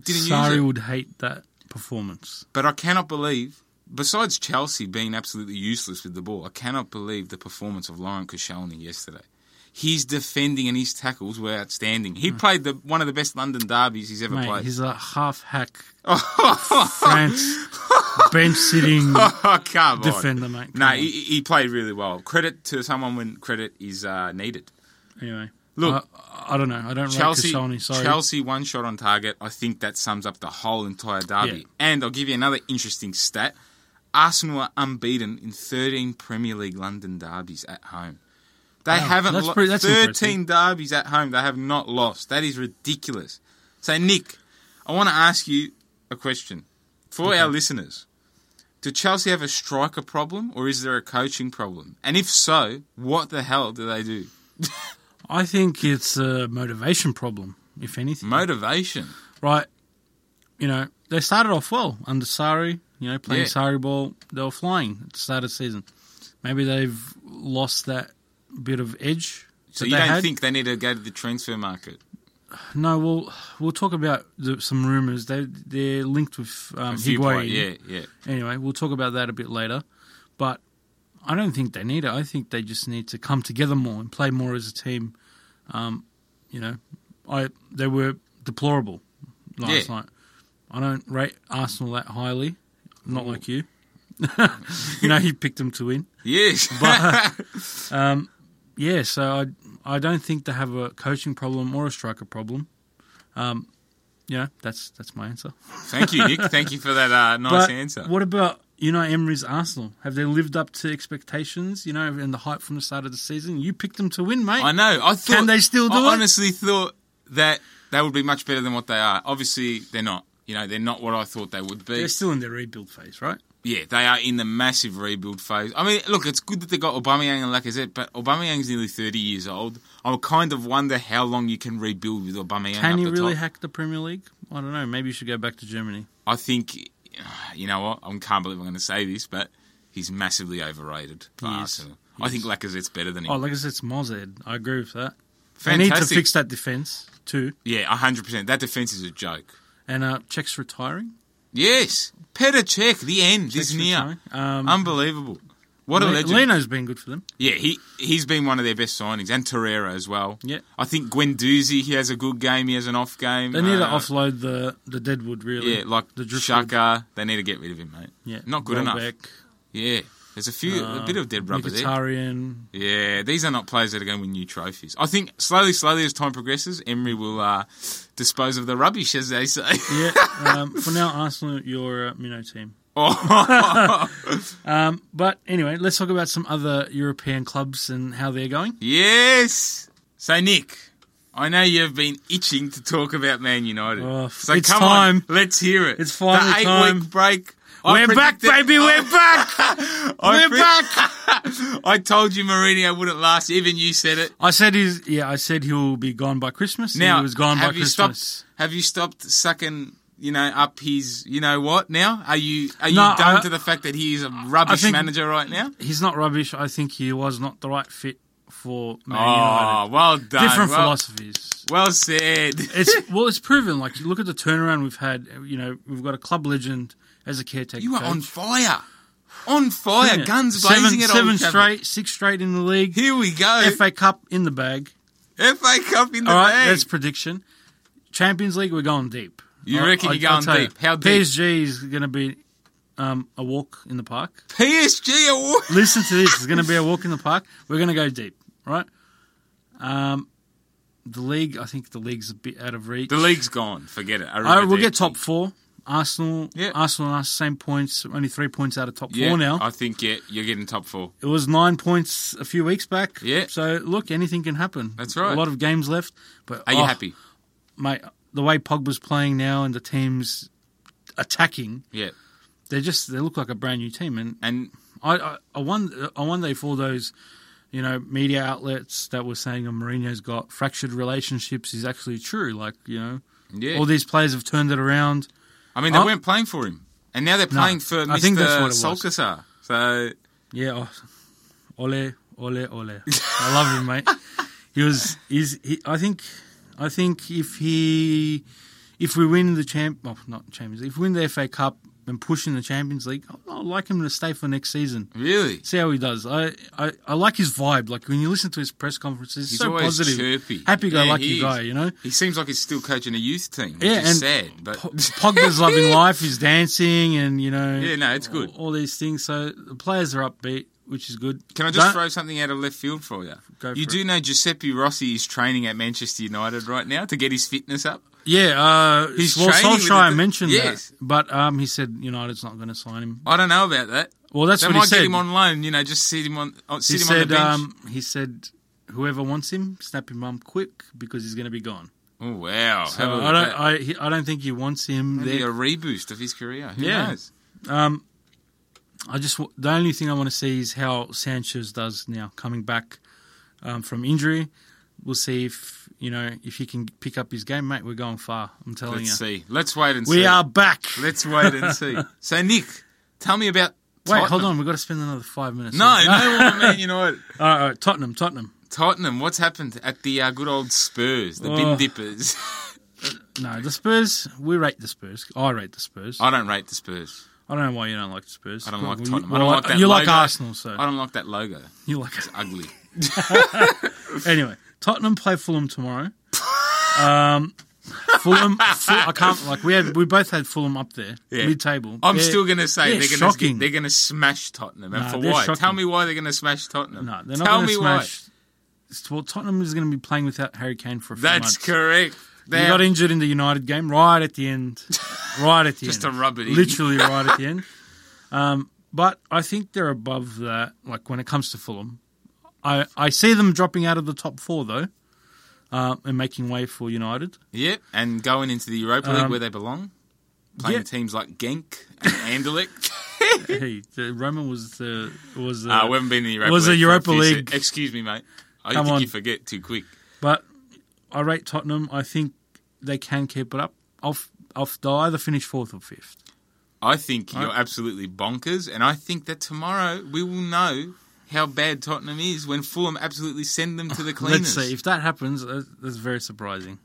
Speaker 2: didn't
Speaker 3: Sari
Speaker 2: use it.
Speaker 3: would hate that performance.
Speaker 2: But I cannot believe, besides Chelsea being absolutely useless with the ball, I cannot believe the performance of Laurent Koscielny yesterday. His defending and his tackles were outstanding. He played the one of the best London derbies he's ever
Speaker 3: Hmm. Mate,
Speaker 2: played.
Speaker 3: he's a half hack France bench sitting
Speaker 2: Oh, come on.
Speaker 3: defender, mate. Come
Speaker 2: No,
Speaker 3: on.
Speaker 2: he, he played really well. Credit to someone when credit is uh, needed.
Speaker 3: anyway.
Speaker 2: Look-
Speaker 3: I, I don't know. I don't
Speaker 2: Chelsea,
Speaker 3: like Koscielny, sorry.
Speaker 2: Chelsea, one shot on target. I think that sums up the whole entire derby.
Speaker 3: Yeah.
Speaker 2: And I'll give you another interesting stat: Arsenal are unbeaten in 13 Premier League London derbies at home. They haven't
Speaker 3: that's
Speaker 2: lost
Speaker 3: pretty- that's
Speaker 2: 13
Speaker 3: impressive.
Speaker 2: derbies at home. They have not lost. That is ridiculous. So, Nick, I want to ask you a question for our listeners. Do Chelsea have a striker problem or is there a coaching problem? And if so, what the hell do they do?
Speaker 3: I think it's a motivation problem, if anything.
Speaker 2: Motivation.
Speaker 3: right? You know, they started off well under Sari, you know, playing
Speaker 2: Yeah.
Speaker 3: Sari ball. They were flying at the start of the season. Maybe they've lost that bit of edge.
Speaker 2: So
Speaker 3: that
Speaker 2: you
Speaker 3: they
Speaker 2: don't
Speaker 3: had.
Speaker 2: think they need to go to the transfer market?
Speaker 3: No, we'll we'll talk about the, some rumors. They they're linked with um,
Speaker 2: A few
Speaker 3: Higuain.
Speaker 2: point- yeah, yeah.
Speaker 3: Anyway, we'll talk about that a bit later. But I don't think they need it. I think they just need to come together more and play more as a team. Um, you know, I they were deplorable last
Speaker 2: Yeah.
Speaker 3: night. I don't rate Arsenal that highly. Not like you. you know, you picked them to win.
Speaker 2: Yes.
Speaker 3: Yeah, so I I don't think they have a coaching problem or a striker problem. Um, you know, that's that's my answer.
Speaker 2: Thank you, Nick. Thank you for that uh, nice
Speaker 3: But
Speaker 2: answer.
Speaker 3: What about you know Emery's Arsenal? Have they lived up to expectations? You know, and the hype from the start of the season. You picked them to win, mate.
Speaker 2: I know. I thought
Speaker 3: Can they still do
Speaker 2: I
Speaker 3: it?
Speaker 2: honestly thought that they would be much better than what they are. Obviously, they're not. You know, they're not what I thought they would be.
Speaker 3: They're still in their rebuild phase, right?
Speaker 2: Yeah, they are in the massive rebuild phase. I mean, look, it's good that they got Aubameyang and Lacazette, but Aubameyang's nearly thirty years old. I kind of wonder how long you can rebuild with Aubameyang.
Speaker 3: Can
Speaker 2: up
Speaker 3: you
Speaker 2: the
Speaker 3: really
Speaker 2: top.
Speaker 3: hack the Premier League? I don't know. Maybe you should go back to Germany.
Speaker 2: I think, you know what? I can't believe I'm going to say this, but he's massively overrated. For
Speaker 3: He is.
Speaker 2: Arsenal.
Speaker 3: He
Speaker 2: I
Speaker 3: is.
Speaker 2: think Lacazette's better than him.
Speaker 3: Oh, like I said, it's Mozed. I agree with that. They need to
Speaker 2: Fantastic.
Speaker 3: fix that defense too.
Speaker 2: Yeah, 100%. That defence is a joke.
Speaker 3: And uh, Czech's retiring.
Speaker 2: Yes. Petr Cech, the end
Speaker 3: Czech's
Speaker 2: is near.
Speaker 3: retiring. Um,
Speaker 2: Unbelievable. Oh, What a
Speaker 3: Le-
Speaker 2: legend.
Speaker 3: Leno's been good for them.
Speaker 2: Yeah, he, he's been one of their best signings, and Torreira as well.
Speaker 3: Yeah.
Speaker 2: I think Gwendouzi, he has a good game, he has an off game.
Speaker 3: They need to
Speaker 2: Uh,
Speaker 3: offload the the Deadwood really.
Speaker 2: Yeah, like
Speaker 3: the
Speaker 2: the
Speaker 3: driftwood.
Speaker 2: Shaka, they need to get rid of him, mate.
Speaker 3: Yeah,
Speaker 2: Not good enough.
Speaker 3: Welbeck,
Speaker 2: Yeah. There's a few, a bit of dead rubber there.
Speaker 3: Uh, Mkhitaryan,
Speaker 2: Yeah, these are not players that are going to win new trophies. I think slowly, slowly, as time progresses, Emery will uh, dispose of the rubbish, as they say.
Speaker 3: Yeah. Um, for now, Arsenal, your uh, Mino team.
Speaker 2: Oh.
Speaker 3: But anyway, let's talk about some other European clubs and how they're going.
Speaker 2: yes. So, Nick, I know you've been itching to talk about Man United.
Speaker 3: Oh, f-
Speaker 2: so
Speaker 3: it's
Speaker 2: come
Speaker 3: time.
Speaker 2: on, let's hear it.
Speaker 3: It's finally
Speaker 2: the eight
Speaker 3: time.
Speaker 2: Week break.
Speaker 3: we're back, baby. We're back.
Speaker 2: I
Speaker 3: we're back.
Speaker 2: back. I told you Mourinho wouldn't last. Even you said it.
Speaker 3: I said he's. Yeah, I said he'll be gone by Christmas. and
Speaker 2: Now
Speaker 3: he was gone by
Speaker 2: have you
Speaker 3: Christmas.
Speaker 2: stopped? Have you stopped sucking? You know, up his. You know what? Now are you are you
Speaker 3: No,
Speaker 2: done
Speaker 3: I-
Speaker 2: to the fact that he is a rubbish
Speaker 3: think-
Speaker 2: manager right now?
Speaker 3: He's not rubbish. I think he was not the right fit for Man
Speaker 2: Oh,
Speaker 3: United.
Speaker 2: well done.
Speaker 3: Different
Speaker 2: well,
Speaker 3: philosophies.
Speaker 2: Well said.
Speaker 3: It's well, it's proven. Like look at the turnaround we've had. You know, we've got a club legend as a caretaker.
Speaker 2: You are
Speaker 3: coach.
Speaker 2: on fire. On fire.
Speaker 3: Yeah.
Speaker 2: Guns
Speaker 3: seven,
Speaker 2: blazing at
Speaker 3: seven
Speaker 2: Old Trafford.
Speaker 3: straight, six straight in the league.
Speaker 2: Here we go. FA,
Speaker 3: FA Cup in the bag.
Speaker 2: Cup in the
Speaker 3: All right,
Speaker 2: bag.
Speaker 3: that's prediction. Champions League, we're going deep.
Speaker 2: You
Speaker 3: All right,
Speaker 2: reckon you're
Speaker 3: I'll
Speaker 2: going
Speaker 3: tell
Speaker 2: deep. How deep?
Speaker 3: PSG is going to be um, a walk in the park.
Speaker 2: PSG award.
Speaker 3: Listen to this. It's going to be a walk in the park. We're going to go deep, right? Um, the league, I think the league's a bit out of reach.
Speaker 2: The league's gone. Forget it.
Speaker 3: All right, we'll
Speaker 2: Arrivederci.
Speaker 3: get top four. Arsenal,
Speaker 2: Yeah.
Speaker 3: Arsenal, are same points, only three points out of top
Speaker 2: Yeah,
Speaker 3: four now.
Speaker 2: I think yeah, you're getting top four.
Speaker 3: It was nine points a few weeks back.
Speaker 2: Yeah.
Speaker 3: So look, anything can happen.
Speaker 2: That's right.
Speaker 3: A lot of games left, but
Speaker 2: Are you
Speaker 3: oh,
Speaker 2: happy?
Speaker 3: mate? The way Pogba's playing now and the team's attacking,
Speaker 2: Yeah.
Speaker 3: they just they look like a brand new team. And
Speaker 2: And
Speaker 3: I, I, I wonder, I wonder if all those, you know, media outlets that were saying oh, Mourinho's got fractured relationships is actually true. Like you know,
Speaker 2: yeah,
Speaker 3: all these players have turned it around.
Speaker 2: I mean they
Speaker 3: I-
Speaker 2: weren't playing for him, and now they're playing for Mr.
Speaker 3: I think that's what it was.
Speaker 2: Solskjaer. So
Speaker 3: Yeah, oh, ole, ole, ole. I love him, mate. He was. He's. He, I think. I think if he, if we win the champ, well, not Champions League, if we win the FA Cup and push in the Champions League, I- I'd like him to stay for next season.
Speaker 2: really,
Speaker 3: See how he does. I, I, I like his vibe. Like when you listen to his press conferences,
Speaker 2: he's
Speaker 3: so
Speaker 2: always
Speaker 3: positive,
Speaker 2: chirpy,
Speaker 3: happy-go-lucky
Speaker 2: Yeah, he is.
Speaker 3: guy. You know.
Speaker 2: he seems like he's still coaching a youth team. Which
Speaker 3: Yeah,
Speaker 2: is
Speaker 3: and
Speaker 2: sad, but
Speaker 3: Po- Pogba's loving life. He's dancing, and you know,
Speaker 2: Yeah, no, it's good.
Speaker 3: All, all these things. So the players are upbeat, which is good.
Speaker 2: Can I just
Speaker 3: Don't-
Speaker 2: throw something out of left field for you?
Speaker 3: Go
Speaker 2: you
Speaker 3: for
Speaker 2: do
Speaker 3: it.
Speaker 2: know Giuseppe Rossi is training at Manchester United right now to get his fitness up.
Speaker 3: Yeah, uh,
Speaker 2: He's
Speaker 3: well,
Speaker 2: training with
Speaker 3: Solskjaer
Speaker 2: the-
Speaker 3: mentioned
Speaker 2: Yes.
Speaker 3: that, but um, he said United's not going to sign him.
Speaker 2: I don't know about that.
Speaker 3: Well, that's
Speaker 2: They
Speaker 3: what
Speaker 2: might
Speaker 3: he said.
Speaker 2: get him on loan. You know, just sit him on, uh,
Speaker 3: he
Speaker 2: sit him on the
Speaker 3: said,
Speaker 2: bench.
Speaker 3: um, he said, whoever wants him, snap him up quick because he's going to be gone.
Speaker 2: oh wow!
Speaker 3: So I don't, I, he, I don't think he wants him
Speaker 2: Maybe a
Speaker 3: there.
Speaker 2: reboost of his career. Who
Speaker 3: Yeah.
Speaker 2: knows?
Speaker 3: Um, I just wa- the only thing I want to see is how Sanchez does now coming back um, from injury. We'll see if you know if he can pick up his game, mate. We're going far. I'm telling
Speaker 2: Let's
Speaker 3: you,
Speaker 2: see. Let's wait and see.
Speaker 3: Oh, we are back.
Speaker 2: Let's wait and see. So, Nick, tell me about.
Speaker 3: Wait,
Speaker 2: Tottenham.
Speaker 3: hold on. We've got to spend another five minutes.
Speaker 2: No, no, I mean, you know what?
Speaker 3: All right, all right, Uh, Tottenham, Tottenham.
Speaker 2: Tottenham, what's happened at the uh, good old Spurs, the bin
Speaker 3: Oh.
Speaker 2: dippers?
Speaker 3: No, the Spurs. We rate the Spurs. I rate the Spurs. I,
Speaker 2: I don't rate the Spurs.
Speaker 3: don't know why you don't like the Spurs.
Speaker 2: I don't like
Speaker 3: Well,
Speaker 2: Tottenham.
Speaker 3: You,
Speaker 2: I don't
Speaker 3: well,
Speaker 2: like that
Speaker 3: You like
Speaker 2: logo.
Speaker 3: Arsenal, so
Speaker 2: I don't like that logo.
Speaker 3: you like.
Speaker 2: It's ugly.
Speaker 3: Anyway, Tottenham play Fulham tomorrow. um, Fulham. Ful- I can't like we had. We both had Fulham up there,
Speaker 2: Yeah.
Speaker 3: mid-table.
Speaker 2: I'm
Speaker 3: They're-
Speaker 2: still going to say
Speaker 3: they're
Speaker 2: they're going to
Speaker 3: shocking.
Speaker 2: they're going to smash Tottenham, and
Speaker 3: Nah,
Speaker 2: for
Speaker 3: they're
Speaker 2: why?
Speaker 3: shocking.
Speaker 2: Tell me why they're going to smash Tottenham.
Speaker 3: no, they're not
Speaker 2: Tell
Speaker 3: going to
Speaker 2: me
Speaker 3: smash. Well, Tottenham is going to be playing without Harry Kane for a
Speaker 2: why.
Speaker 3: few
Speaker 2: That's
Speaker 3: months.
Speaker 2: correct.
Speaker 3: He
Speaker 2: They're
Speaker 3: got injured in the United game right at the end. Right at the
Speaker 2: Just
Speaker 3: end.
Speaker 2: to rub it in.
Speaker 3: Literally right at the end. Um, but I think they're above that, like when it comes to Fulham. I, I see them dropping out of the top four, though, uh, and making way for United.
Speaker 2: Yep, and going into the Europa League
Speaker 3: Um,
Speaker 2: where they belong, playing
Speaker 3: yeah.
Speaker 2: teams like Genk and Anderlecht.
Speaker 3: hey, the Roma was the. was the,
Speaker 2: Ah, we haven't been in the Europa
Speaker 3: was
Speaker 2: League.
Speaker 3: a
Speaker 2: for
Speaker 3: Europa
Speaker 2: few se-
Speaker 3: League.
Speaker 2: Excuse me, mate. I
Speaker 3: Come
Speaker 2: think
Speaker 3: on.
Speaker 2: you forget too quick.
Speaker 3: But I rate Tottenham. I think they can keep it up. I'll, f- I'll, f- they'll either finish fourth or fifth.
Speaker 2: I think you're absolutely bonkers, and I think that tomorrow we will know how bad Tottenham is when Fulham absolutely send them to the cleaners.
Speaker 3: Let's see. If that happens, uh, that's very surprising.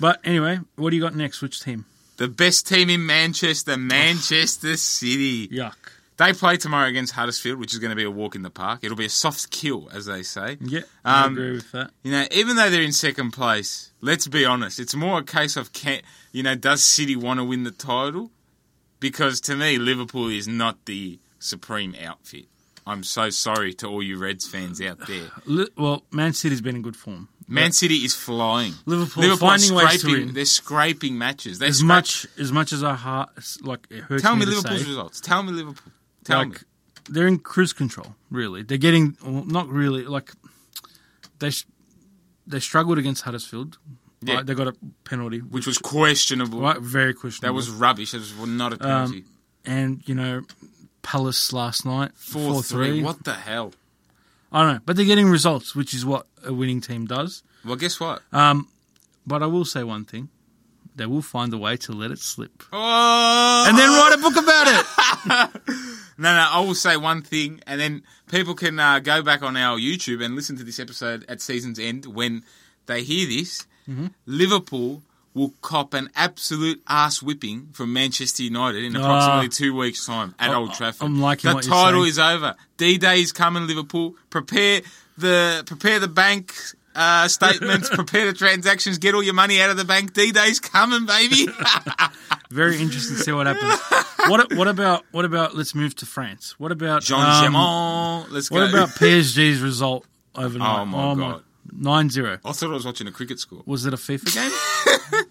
Speaker 3: but anyway, what do you got next? Which team?
Speaker 2: The best team in Manchester, Manchester City.
Speaker 3: Yuck.
Speaker 2: They play tomorrow against Huddersfield, which is going to be a walk in the park. It'll be a soft kill, as they say.
Speaker 3: Yeah, I
Speaker 2: Um,
Speaker 3: agree with that.
Speaker 2: You know, even though they're in second place, let's be honest, it's more a case of can you know, does City want to win the title? Because to me, Liverpool is not the supreme outfit. I'm so sorry to all you Reds fans out there.
Speaker 3: Li- well, Man City's been in good form.
Speaker 2: Man City is flying.
Speaker 3: Liverpool
Speaker 2: are
Speaker 3: finding ways to
Speaker 2: scraping-
Speaker 3: win.
Speaker 2: They're scraping matches. They
Speaker 3: As
Speaker 2: scra-
Speaker 3: much as much as I heart like it hurts
Speaker 2: Tell me
Speaker 3: to
Speaker 2: Liverpool's
Speaker 3: say,
Speaker 2: results. Tell me Liverpool. Tell
Speaker 3: like
Speaker 2: me.
Speaker 3: they're in cruise control. Really, they're getting well, not really like they sh- they struggled against Huddersfield.
Speaker 2: Yeah.
Speaker 3: Like, they got a penalty,
Speaker 2: Which was questionable.
Speaker 3: right, very questionable.
Speaker 2: That was rubbish. That was
Speaker 3: Um,
Speaker 2: not a penalty.
Speaker 3: and you know Palace last night
Speaker 2: Four three. What the hell?
Speaker 3: I don't know, but they're getting results, which is what a winning team does.
Speaker 2: Well, guess what?
Speaker 3: But I will say one thing: they will find a way to let it slip,
Speaker 2: oh,
Speaker 3: and then write a book about it.
Speaker 2: no, no. I will say one thing, and then people can uh, go back on our YouTube and listen to this episode at season's end when they hear this.
Speaker 3: Mm-hmm.
Speaker 2: Liverpool will cop an absolute ass whipping from Manchester United in approximately two weeks' time at Old Trafford.
Speaker 3: Ah. I'm liking
Speaker 2: the
Speaker 3: what you're
Speaker 2: title
Speaker 3: saying.
Speaker 2: is over. D Day is coming. Liverpool, prepare the prepare the bank. uh, statements, prepare the transactions, get all your money out of the bank. D Day's coming, baby.
Speaker 3: Very interesting to see what happens. what what about what about let's move to France? What about
Speaker 2: Jean
Speaker 3: um,
Speaker 2: Gemon. Let's go.
Speaker 3: What about PSG's result overnight?
Speaker 2: Oh, my God.
Speaker 3: 9-0.
Speaker 2: I thought I was watching a cricket score.
Speaker 3: Was it a FIFA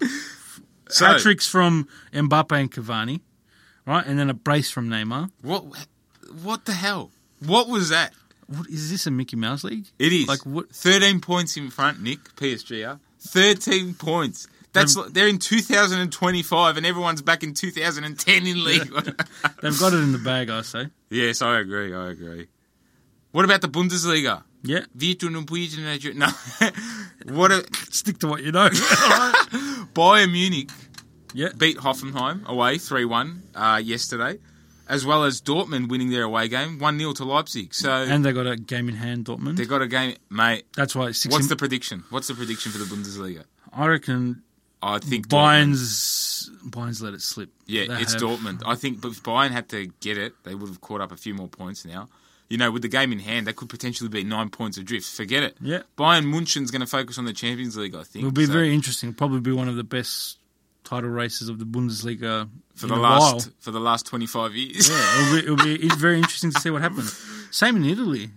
Speaker 3: game?
Speaker 2: So,
Speaker 3: Hat tricks from Mbappe and Cavani, right? And then a brace from Neymar.
Speaker 2: what, what the hell? What was that?
Speaker 3: What is this a Mickey Mouse league?
Speaker 2: It is.
Speaker 3: Like what?
Speaker 2: 13 points in front, Nick, PSG are. 13 points. That's like, they're in 2025 and everyone's back in 2010 in league.
Speaker 3: They've got it in the bag, I say.
Speaker 2: yes, I agree. I agree. What about the Bundesliga?
Speaker 3: Yeah.
Speaker 2: Vito Numpujin- No. what a
Speaker 3: Stick to what you know.
Speaker 2: Bayern Munich
Speaker 3: yeah.
Speaker 2: beat Hoffenheim away 3 1 uh, yesterday, as well as Dortmund winning their away game 1 0 to Leipzig. So
Speaker 3: And they got a game in hand, Dortmund.
Speaker 2: they've got a game. Mate,
Speaker 3: That's why it's six.
Speaker 2: what's
Speaker 3: in-
Speaker 2: the prediction? What's the prediction for the Bundesliga?
Speaker 3: I reckon
Speaker 2: I think Bayern.
Speaker 3: Bayern's Bayern's let it slip.
Speaker 2: Yeah,
Speaker 3: They
Speaker 2: it's
Speaker 3: have-
Speaker 2: Dortmund. I think, but if Bayern had to get it, they would have caught up a few more points now. You know, with the game in hand, that could potentially be nine points adrift. Forget it.
Speaker 3: Yeah.
Speaker 2: Bayern Munchen's going to focus on the Champions League. I think
Speaker 3: It'll be
Speaker 2: So,
Speaker 3: very interesting. Probably be one of the best title races of the Bundesliga
Speaker 2: for
Speaker 3: in
Speaker 2: the
Speaker 3: a
Speaker 2: last
Speaker 3: while.
Speaker 2: for the last twenty five years.
Speaker 3: Yeah, it'll be, it'll be very interesting to see what happens. Same in Italy.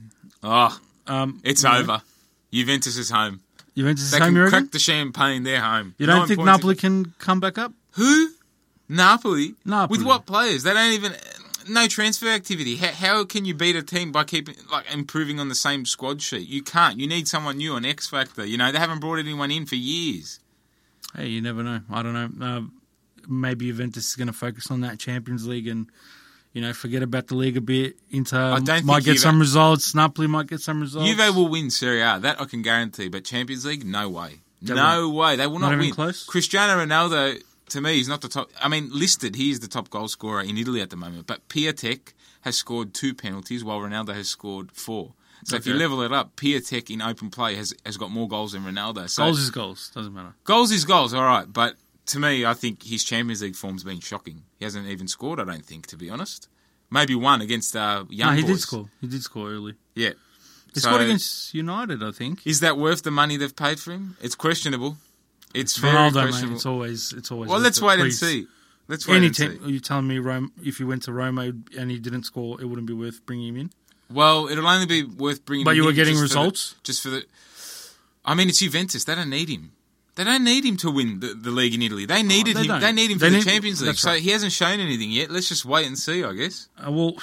Speaker 2: Oh,
Speaker 3: Um,
Speaker 2: it's
Speaker 3: you know,
Speaker 2: over. Juventus is home.
Speaker 3: Juventus
Speaker 2: They
Speaker 3: is home, you
Speaker 2: can
Speaker 3: reckon?
Speaker 2: crack the champagne. They're home.
Speaker 3: You don't
Speaker 2: Nine
Speaker 3: think
Speaker 2: points
Speaker 3: Napoli can come back up?
Speaker 2: Who? Napoli?
Speaker 3: Napoli.
Speaker 2: With what players? They don't even no transfer activity. How, how can you beat a team by keeping like improving on the same squad sheet? You can't. You need someone new, an X factor. You know they haven't brought anyone in for years.
Speaker 3: Hey, you never know. I don't know. Uh, maybe Juventus is going to focus on that Champions League and you know forget about the league a bit. Inter
Speaker 2: don't
Speaker 3: might
Speaker 2: think
Speaker 3: get
Speaker 2: Juve-
Speaker 3: some results. Napoli might get some results.
Speaker 2: Juve will win Serie A. That I can guarantee. But Champions League, no way. no
Speaker 3: won't.
Speaker 2: way. They will not,
Speaker 3: Not even
Speaker 2: win.
Speaker 3: close?
Speaker 2: Cristiano Ronaldo. To me, he's not the top. I mean, listed, he is the top goal scorer in Italy at the moment. But Piatek has scored two penalties, while Ronaldo has scored four. So if you
Speaker 3: Okay.
Speaker 2: level it up, Piatek in open play has, has got more goals than Ronaldo. So
Speaker 3: goals is goals. Doesn't matter.
Speaker 2: Goals is goals, all right. But to me, I think his Champions League form's been shocking. He hasn't even scored, I don't think, to be honest. Maybe one against uh,
Speaker 3: No,
Speaker 2: young
Speaker 3: he did
Speaker 2: boys.
Speaker 3: score. He did score early.
Speaker 2: Yeah.
Speaker 3: He
Speaker 2: So,
Speaker 3: scored against United, I think.
Speaker 2: Is that worth the money they've paid for him? It's questionable. It's, very
Speaker 3: Ronaldo, mate.
Speaker 2: questionable.
Speaker 3: It's always it's always.
Speaker 2: well,
Speaker 3: worth
Speaker 2: let's
Speaker 3: it,
Speaker 2: wait and
Speaker 3: please.
Speaker 2: see. Let's wait
Speaker 3: Any
Speaker 2: and
Speaker 3: team?
Speaker 2: see.
Speaker 3: Are you telling me Rome? If you went to Roma and he didn't score, it wouldn't be worth bringing him in.
Speaker 2: Well, it'll only be worth bringing.
Speaker 3: But
Speaker 2: him
Speaker 3: you were
Speaker 2: in
Speaker 3: getting
Speaker 2: just for the-
Speaker 3: results?
Speaker 2: just for the. I mean, it's Juventus. They don't need him. They don't need him to win the, the league in Italy. They needed
Speaker 3: Oh, they
Speaker 2: him.
Speaker 3: don't.
Speaker 2: They need him
Speaker 3: They
Speaker 2: for
Speaker 3: need-
Speaker 2: the Champions League.
Speaker 3: that's
Speaker 2: So
Speaker 3: right.
Speaker 2: he hasn't shown anything yet. Let's just wait and see. I guess.
Speaker 3: Uh, well,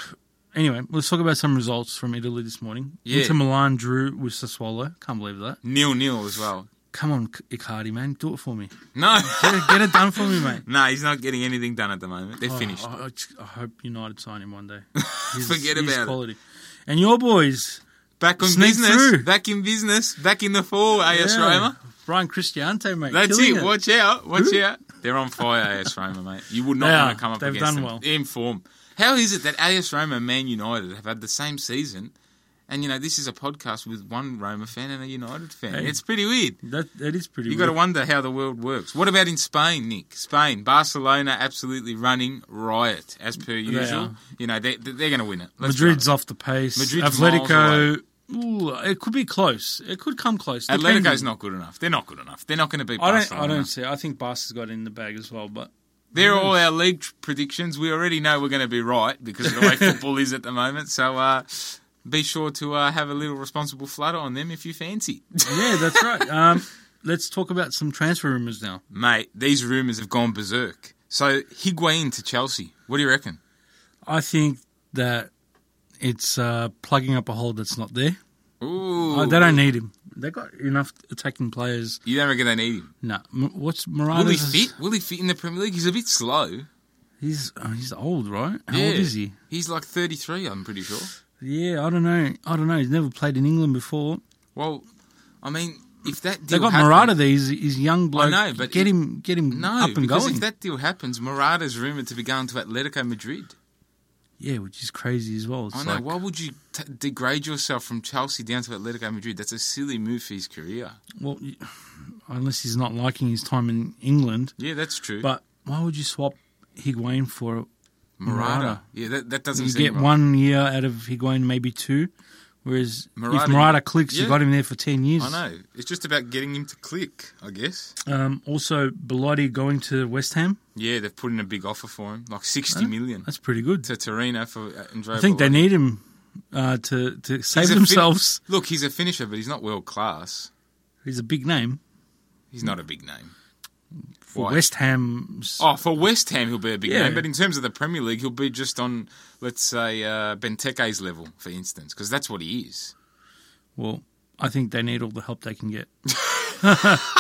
Speaker 3: anyway, let's talk about some results from Italy this morning.
Speaker 2: Yeah.
Speaker 3: Inter Milan drew with Sassuolo. Can't believe that.
Speaker 2: Nil nil as well.
Speaker 3: Come on, Icardi, man, do it for me.
Speaker 2: No.
Speaker 3: Get it, get it done for me, mate.
Speaker 2: no, he's not getting anything done at the moment.
Speaker 3: Oh,
Speaker 2: They're finished.
Speaker 3: I, I just- I hope United sign him one day. He's,
Speaker 2: Forget
Speaker 3: he's
Speaker 2: about it.
Speaker 3: quality. And your boys,
Speaker 2: Back on
Speaker 3: Sneak
Speaker 2: business.
Speaker 3: through.
Speaker 2: Back in business. Back in the fall, AS
Speaker 3: yeah,
Speaker 2: Roma.
Speaker 3: Brian Cristiante, mate.
Speaker 2: That's
Speaker 3: killing
Speaker 2: it. Watch out. Watch
Speaker 3: Who?
Speaker 2: out. They're on fire, AS Roma, mate. You would not
Speaker 3: They
Speaker 2: want
Speaker 3: are.
Speaker 2: to come up
Speaker 3: They've
Speaker 2: against
Speaker 3: done
Speaker 2: them.
Speaker 3: well.
Speaker 2: They're in form. How is it that AS Roma and Man United have had the same season? And, you know, this is a podcast with one Roma fan and a United fan.
Speaker 3: Hey.
Speaker 2: It's pretty weird.
Speaker 3: That that is pretty.
Speaker 2: you got to
Speaker 3: weird.
Speaker 2: wonder how the world works. What about in Spain, Nick? Spain, Barcelona absolutely running riot, as per usual.
Speaker 3: are.
Speaker 2: You know, they, they're going to win it. Let's be honest.
Speaker 3: Madrid's off the pace.
Speaker 2: Madrid's
Speaker 3: Atletico. Ooh, it could be close. It could come close.
Speaker 2: Atletico's
Speaker 3: Depending.
Speaker 2: not good enough. They're not good enough. They're not going to beat
Speaker 3: I don't.
Speaker 2: Barcelona.
Speaker 3: I don't see. I think Barca's got it in the bag as well, but
Speaker 2: They're all our league tr- predictions. We already know we're going to be right because of the way football is at the moment. So uh, be sure to uh, have a little responsible flutter on them if you fancy.
Speaker 3: yeah, that's right. Um, let's talk about some transfer rumors now.
Speaker 2: Mate, these rumours have gone berserk. So Higuain to Chelsea. What do you reckon?
Speaker 3: I think that it's uh, plugging up a hole that's not there.
Speaker 2: Ooh.
Speaker 3: Uh, they don't need him. They got enough attacking players.
Speaker 2: you don't reckon they need him?
Speaker 3: No, M- what's
Speaker 2: Will he
Speaker 3: Morata's?
Speaker 2: fit? Will he fit in the Premier League? He's a bit slow.
Speaker 3: He's oh, he's old, right? How
Speaker 2: Yeah.
Speaker 3: old is he?
Speaker 2: He's like 33, I'm pretty sure.
Speaker 3: Yeah, I don't know. I don't know. He's never played in England before.
Speaker 2: Well, I mean, if that
Speaker 3: They
Speaker 2: deal
Speaker 3: got
Speaker 2: happened-
Speaker 3: Morata there. He's, he's a young bloke.
Speaker 2: know, but
Speaker 3: get
Speaker 2: it-
Speaker 3: him, get him
Speaker 2: No,
Speaker 3: up and
Speaker 2: because
Speaker 3: going.
Speaker 2: if that deal happens, Morata's rumoured to be going to Atletico Madrid.
Speaker 3: yeah, which is crazy as well. It's
Speaker 2: I know.
Speaker 3: like-
Speaker 2: Why would you t- degrade yourself from Chelsea down to Atletico Madrid? That's a silly move for his career.
Speaker 3: well, y- unless he's not liking his time in England,
Speaker 2: Yeah, that's true.
Speaker 3: but why would you swap Higuain for
Speaker 2: Morata.
Speaker 3: Morata.
Speaker 2: Yeah, that, that doesn't
Speaker 3: You
Speaker 2: seem
Speaker 3: get
Speaker 2: right.
Speaker 3: one year out of Higuain, maybe two, Whereas if
Speaker 2: Murata-
Speaker 3: Murata clicks,
Speaker 2: yeah.
Speaker 3: you got him there for 10 years.
Speaker 2: I know. It's just about getting him to click, I guess.
Speaker 3: Um, also, Belotti going to West Ham.
Speaker 2: Yeah, they've put in a big offer for him, like sixty million
Speaker 3: That's pretty good.
Speaker 2: to Torino for uh, Andrea.
Speaker 3: I think they
Speaker 2: Belotti.
Speaker 3: need him uh, to, to save
Speaker 2: He's a fin-
Speaker 3: themselves.
Speaker 2: Look, he's a finisher, but he's not world class.
Speaker 3: He's a big name.
Speaker 2: He's not a big name.
Speaker 3: For
Speaker 2: Why?
Speaker 3: West Ham's.
Speaker 2: Oh, for West Ham, he'll be a big
Speaker 3: Yeah.
Speaker 2: name, but in terms of the Premier League, he'll be just on, let's say, uh, Benteke's level, for instance, because that's what he is.
Speaker 3: Well, I think they need all the help they can get.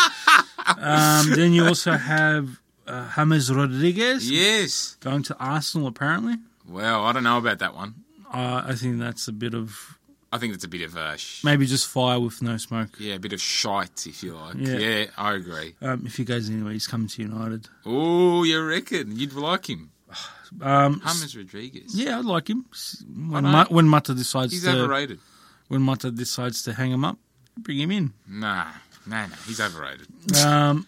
Speaker 3: um, then you also have uh, James Rodriguez
Speaker 2: Yes.
Speaker 3: going to Arsenal, apparently.
Speaker 2: Well, I don't know about that one.
Speaker 3: Uh, I think that's a bit of
Speaker 2: I think that's a bit of a sh-
Speaker 3: maybe just fire with no smoke.
Speaker 2: yeah, a bit of shite, if you like.
Speaker 3: Yeah.
Speaker 2: Yeah, I agree.
Speaker 3: Um, if he goes anywhere, he's coming to United.
Speaker 2: Oh, you reckon you'd like him,
Speaker 3: Um,
Speaker 2: James Rodriguez?
Speaker 3: yeah, I like him. S- When,
Speaker 2: know.
Speaker 3: Ma- when Mata decides
Speaker 2: he's
Speaker 3: to
Speaker 2: overrated.
Speaker 3: when Mata decides to hang him up, bring him in.
Speaker 2: Nah, nah, nah, he's overrated.
Speaker 3: Um,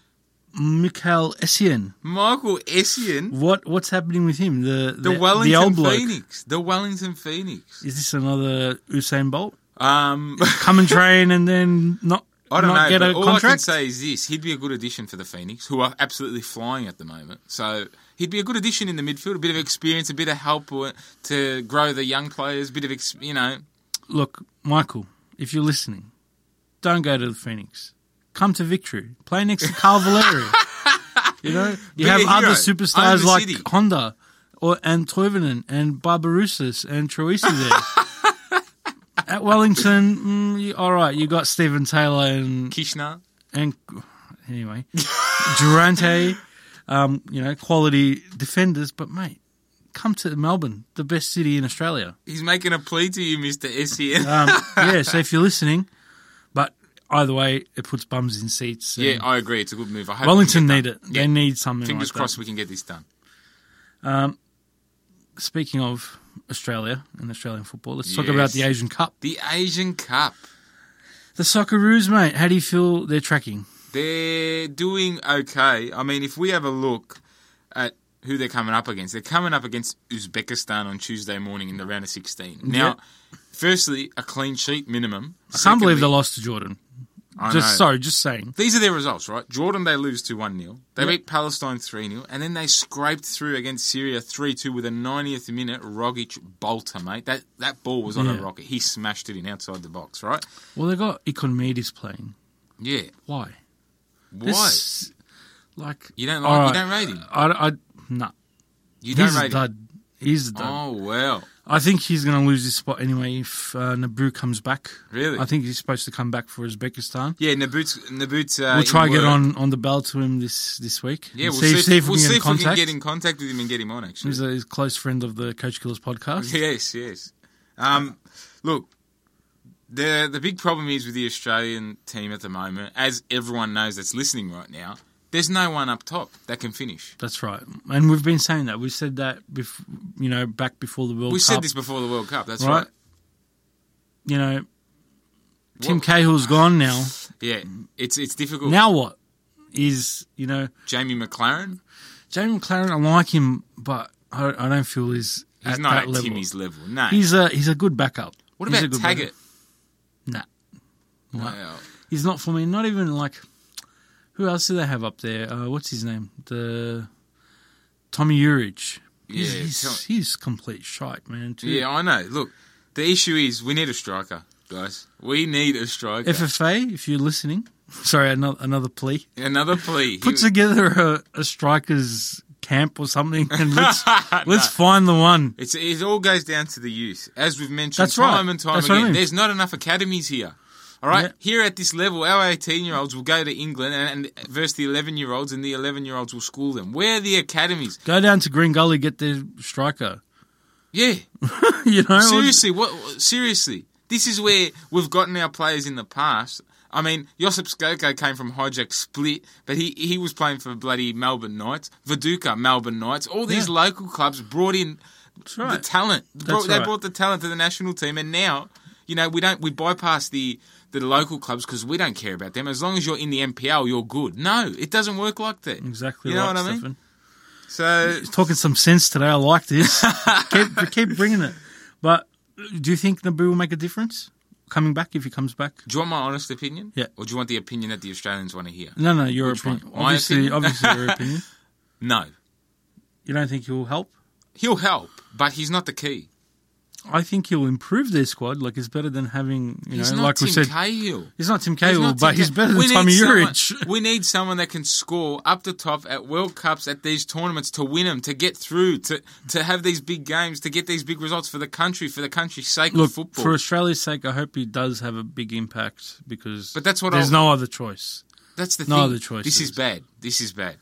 Speaker 3: Mikhail Essien,
Speaker 2: Michael Essien,
Speaker 3: what what's happening with him? The
Speaker 2: the,
Speaker 3: the, the
Speaker 2: Wellington
Speaker 3: old bloke.
Speaker 2: Phoenix, the Wellington Phoenix.
Speaker 3: Is this another Usain Bolt?
Speaker 2: Um,
Speaker 3: Come and train and then not
Speaker 2: I don't know.
Speaker 3: not get a
Speaker 2: but all I can
Speaker 3: contract.
Speaker 2: say is this: he'd be a good addition for the Phoenix, who are absolutely flying at the moment. So he'd be a good addition in the midfield. A bit of experience, a bit of help uh, to grow the young players. A bit of ex- you know.
Speaker 3: Look, Michael, if you're listening, don't go to the Phoenix. Come to Victory. Play next to Carl Valeri. you know, you
Speaker 2: Be
Speaker 3: have
Speaker 2: a
Speaker 3: other
Speaker 2: hero. Own
Speaker 3: superstars
Speaker 2: the
Speaker 3: like
Speaker 2: city.
Speaker 3: Honda or and Toivonen and Barbarousis and Troisi there. At Wellington, mm, you, all right, you got Stephen Taylor and
Speaker 2: Kishna.
Speaker 3: and anyway, Durante, um, you know, quality defenders. But mate, come to Melbourne, the best city in Australia.
Speaker 2: He's making a plea to you, Mister Essien.
Speaker 3: Um, yeah, so if you're listening, but either way, it puts bums in seats. and
Speaker 2: yeah, I agree. It's a good move. I hope
Speaker 3: Wellington
Speaker 2: we can
Speaker 3: need
Speaker 2: get
Speaker 3: it.
Speaker 2: that.
Speaker 3: They need something.
Speaker 2: Fingers
Speaker 3: like
Speaker 2: crossed
Speaker 3: That.
Speaker 2: we can get this done.
Speaker 3: Speaking of Australia and Australian football, let's talk
Speaker 2: Yes.
Speaker 3: about the Asian Cup.
Speaker 2: The Asian Cup.
Speaker 3: The Socceroos, mate. How do you feel they're tracking?
Speaker 2: They're doing okay. I mean, if we have a look at who they're coming up against, they're coming up against Uzbekistan on Tuesday morning in the round of 16. Now, firstly, a clean sheet minimum.
Speaker 3: Some believe they
Speaker 2: Secondly-
Speaker 3: lost to Jordan.
Speaker 2: I
Speaker 3: Just
Speaker 2: know.
Speaker 3: sorry, just saying.
Speaker 2: These are their results, right? Jordan, they lose to 1 0. They beat Palestine 3 0. And then they scraped through against Syria 3 2 with a 90th minute Rogic bolter, mate. That, that ball was on
Speaker 3: Yeah.
Speaker 2: a rocket. He smashed it in outside the box, right?
Speaker 3: Well, they got Economides playing.
Speaker 2: Yeah.
Speaker 3: Why?
Speaker 2: Why?
Speaker 3: This- like
Speaker 2: You don't like-
Speaker 3: all
Speaker 2: you don't rate him?
Speaker 3: I, I, nah.
Speaker 2: you
Speaker 3: He's
Speaker 2: don't
Speaker 3: a
Speaker 2: rate him.
Speaker 3: dud. He's a dud.
Speaker 2: Oh, well.
Speaker 3: I think he's going to lose his spot anyway if uh, Naboo comes back.
Speaker 2: Really? Uh,
Speaker 3: I think he's supposed to come back for Uzbekistan.
Speaker 2: Yeah, Nabut's. Nabut's uh,
Speaker 3: we'll try
Speaker 2: in
Speaker 3: to get
Speaker 2: work.
Speaker 3: on, on the bell to him this, this week.
Speaker 2: Yeah,
Speaker 3: and
Speaker 2: we'll
Speaker 3: see,
Speaker 2: see,
Speaker 3: if-
Speaker 2: if,
Speaker 3: see if
Speaker 2: we'll
Speaker 3: we can
Speaker 2: see if we
Speaker 3: get in
Speaker 2: can
Speaker 3: contact.
Speaker 2: get in contact with him and get him on. Actually,
Speaker 3: He's a he's a close friend of the Coach Killers podcast.
Speaker 2: yes, yes. Um, look, the the big problem is with the Australian team at the moment, as everyone knows that's listening right now. There's no one up top that can finish.
Speaker 3: That's right. And we've been saying that. We said that bef- you know, back before the World
Speaker 2: We
Speaker 3: Cup.
Speaker 2: said this before the World Cup. That's
Speaker 3: Right.
Speaker 2: right.
Speaker 3: You know, Tim
Speaker 2: Well-
Speaker 3: Cahill's gone now.
Speaker 2: Yeah, it's it's difficult.
Speaker 3: Now what? Is, you know,
Speaker 2: Jamie McLaren,
Speaker 3: Jamie McLaren, I like him, but I, I don't feel he's,
Speaker 2: he's
Speaker 3: at
Speaker 2: not
Speaker 3: that
Speaker 2: at
Speaker 3: level.
Speaker 2: Timmy's level. No.
Speaker 3: He's a he's a good backup.
Speaker 2: what
Speaker 3: He's a
Speaker 2: about
Speaker 3: good
Speaker 2: Taggart?
Speaker 3: Backup. Nah,
Speaker 2: Wow.
Speaker 3: he's not for me. Not even like who else do they have up there? Uh, what's his name? The Tommy Urich. He's,
Speaker 2: Yeah,
Speaker 3: he's,
Speaker 2: tell-
Speaker 3: he's complete shite, man. Too.
Speaker 2: Yeah, I know. Look, the issue is we need a striker, guys. We need a striker.
Speaker 3: FFA, if you're listening, sorry, another, another plea.
Speaker 2: Another plea.
Speaker 3: Put
Speaker 2: He-
Speaker 3: together a, a strikers camp or something, and let's let's find the one.
Speaker 2: It's it all goes down to the youth, as we've mentioned
Speaker 3: That's right.
Speaker 2: time and time
Speaker 3: That's what I
Speaker 2: again.
Speaker 3: mean.
Speaker 2: There's not enough academies here. All right,
Speaker 3: Yeah.
Speaker 2: here at this level, our 18 year olds will go to England and, and versus the 11 year olds, and the 11 year olds will school them. Where are the academies?
Speaker 3: Go down to Green Gully, get their striker.
Speaker 2: Yeah,
Speaker 3: You know,
Speaker 2: seriously, what? what- Seriously, this is where we've gotten our players in the past. I mean, Josip Skoko came from Hijack Split, but he, he was playing for bloody Melbourne Knights, Viduka, Melbourne Knights. All these
Speaker 3: Yeah.
Speaker 2: local clubs brought in
Speaker 3: That's right.
Speaker 2: the talent. Bro- They
Speaker 3: right.
Speaker 2: brought the talent to the national team, and now you know we don't we bypass the the local clubs because we don't care about them. As long as you're in the MPL, you're good. No, it doesn't work like that.
Speaker 3: exactly
Speaker 2: You know
Speaker 3: right,
Speaker 2: what I mean?
Speaker 3: Stefan.
Speaker 2: So
Speaker 3: talking some sense today. I like this. keep, keep bringing it. But do you think Naboo will make a difference? coming back if he comes back?
Speaker 2: Do you want my honest opinion?
Speaker 3: Yeah.
Speaker 2: Or do you want the opinion that the Australians want to hear?
Speaker 3: No, no, your
Speaker 2: Which
Speaker 3: opinion.
Speaker 2: one? My
Speaker 3: Obviously,
Speaker 2: opinion.
Speaker 3: obviously, your opinion.
Speaker 2: No.
Speaker 3: You don't think he'll help?
Speaker 2: He'll help, but he's not the key.
Speaker 3: I think he'll improve their squad. Like it's better than having you
Speaker 2: he's
Speaker 3: know,
Speaker 2: not
Speaker 3: like
Speaker 2: Tim
Speaker 3: we said,
Speaker 2: Cahill.
Speaker 3: he's not Tim
Speaker 2: He's
Speaker 3: Cahill,
Speaker 2: not
Speaker 3: but
Speaker 2: Tim
Speaker 3: he's
Speaker 2: Cahill.
Speaker 3: better than
Speaker 2: We need
Speaker 3: Tommy
Speaker 2: someone-
Speaker 3: Urich.
Speaker 2: we need someone that can score up the top at World Cups, at these tournaments, to win them, to get through, to, to have these big games, to get these big results for the country, for the country's sake
Speaker 3: Look,
Speaker 2: of football.
Speaker 3: for Australia's sake, I hope he does have a big impact because.
Speaker 2: But that's what
Speaker 3: there's
Speaker 2: I'll-
Speaker 3: no other choice.
Speaker 2: That's the
Speaker 3: No
Speaker 2: thing.
Speaker 3: other choices.
Speaker 2: This is bad. This is bad.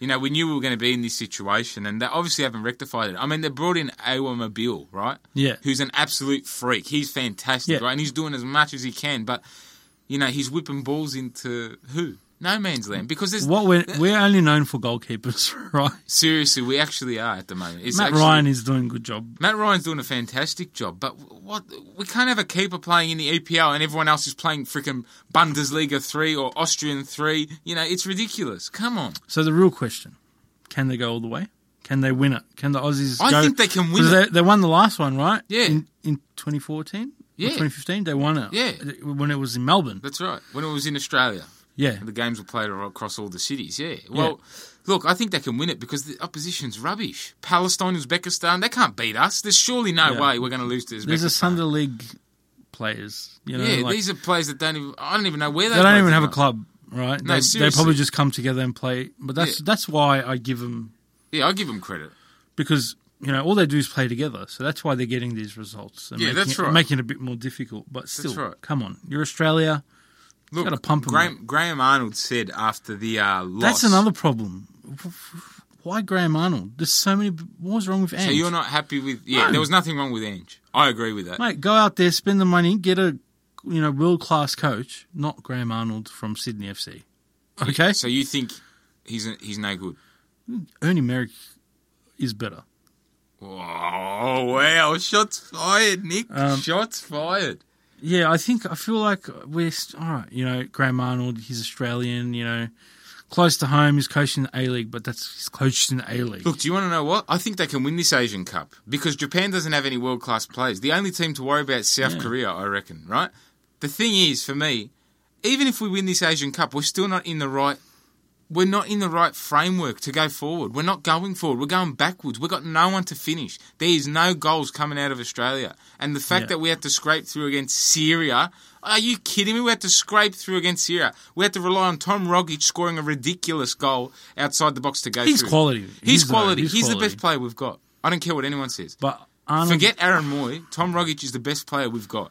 Speaker 2: You know, we knew we were going to be in this situation, and they obviously haven't rectified it. I mean, they brought in Awa Mabil, right?
Speaker 3: Yeah.
Speaker 2: Who's an absolute freak. He's fantastic,
Speaker 3: Yeah.
Speaker 2: right? And he's doing as much as he can, but, you know, he's whipping balls into who? No man's land. Because there's.
Speaker 3: What we're we're only known for goalkeepers, right?
Speaker 2: Seriously, we actually are at the moment. It's
Speaker 3: Matt
Speaker 2: actually-
Speaker 3: Ryan is doing a good job.
Speaker 2: Matt Ryan's doing a fantastic job, but what we can't have a keeper playing in the EPL and everyone else is playing freaking Bundesliga three or Austrian three. You know, it's ridiculous. Come on.
Speaker 3: So the real question: Can they go all the way? Can they win it? Can the Aussies?
Speaker 2: I
Speaker 3: go-
Speaker 2: think they can win
Speaker 3: 'Cause
Speaker 2: it.
Speaker 3: They, they won the last one, right?
Speaker 2: Yeah.
Speaker 3: In, in 2014.
Speaker 2: Yeah.
Speaker 3: 2015, they won it.
Speaker 2: Yeah.
Speaker 3: When it was in Melbourne.
Speaker 2: That's right. When it was in Australia,
Speaker 3: Yeah.
Speaker 2: the games were played across all the cities. Yeah. Well, look, I think they can win it because the opposition's rubbish. Palestine, Uzbekistan, they can't beat us. There's surely no
Speaker 3: Yeah.
Speaker 2: way we're going to lose to Uzbekistan.
Speaker 3: There's a Sunday League players. You know,
Speaker 2: yeah,
Speaker 3: like,
Speaker 2: these are players that don't even. I don't even know where they.
Speaker 3: they don't
Speaker 2: play
Speaker 3: even have a
Speaker 2: tonight.
Speaker 3: club, right?
Speaker 2: No,
Speaker 3: they, they
Speaker 2: seriously.
Speaker 3: probably just come together and play. But that's
Speaker 2: Yeah.
Speaker 3: that's why I give them
Speaker 2: Yeah, I give them credit.
Speaker 3: because you know all they do is play together, so that's why they're getting these results. And
Speaker 2: Yeah,
Speaker 3: making
Speaker 2: that's
Speaker 3: it,
Speaker 2: right.
Speaker 3: Making it a bit more difficult, but still,
Speaker 2: right.
Speaker 3: come on, you're Australia.
Speaker 2: Look,
Speaker 3: Gotta pump 'em,
Speaker 2: Graham, Graham Arnold said after the uh, loss.
Speaker 3: That's another problem. Why Graham Arnold? There's so many. What was wrong with Ange?
Speaker 2: So you're not happy with? Yeah,
Speaker 3: No.
Speaker 2: there was nothing wrong with Ange. I agree with that.
Speaker 3: Mate, go out there, spend the money, get a you know world class coach, not Graham Arnold from Sydney FC. Okay,
Speaker 2: So you think he's he's no good?
Speaker 3: Ernie Merrick is better.
Speaker 2: Oh wow! Shots fired, Nick.
Speaker 3: Um,
Speaker 2: Shots fired.
Speaker 3: Yeah, I think I feel like we're st- all right. You know, Graham Arnold, he's Australian. You know, close to home. He's coaching the A League, but that's he's coached in the A League.
Speaker 2: Look, do you want to know what? I think they can win this Asian Cup because Japan doesn't have any world class players. The only team to worry about is South Korea, I reckon, right? The thing is, for me, even if we win this Asian Cup, we're still not in the right we're not in the right framework to go forward. We're not going forward. We're going backwards. We've got no one to finish. There is no goals coming out of Australia. And the fact
Speaker 3: Yeah.
Speaker 2: that we had to scrape through against Syria, are you kidding me? We had to scrape through against Syria. We had to rely on Tom Rogic scoring a ridiculous goal outside the box to go
Speaker 3: He's
Speaker 2: through.
Speaker 3: quality.
Speaker 2: He's,
Speaker 3: He's, uh,
Speaker 2: quality.
Speaker 3: he's
Speaker 2: He's,
Speaker 3: quality.
Speaker 2: the best player we've got. I don't care what anyone says.
Speaker 3: but Arnold,
Speaker 2: Forget Aaron Moy. Tom Rogic is the best player we've got.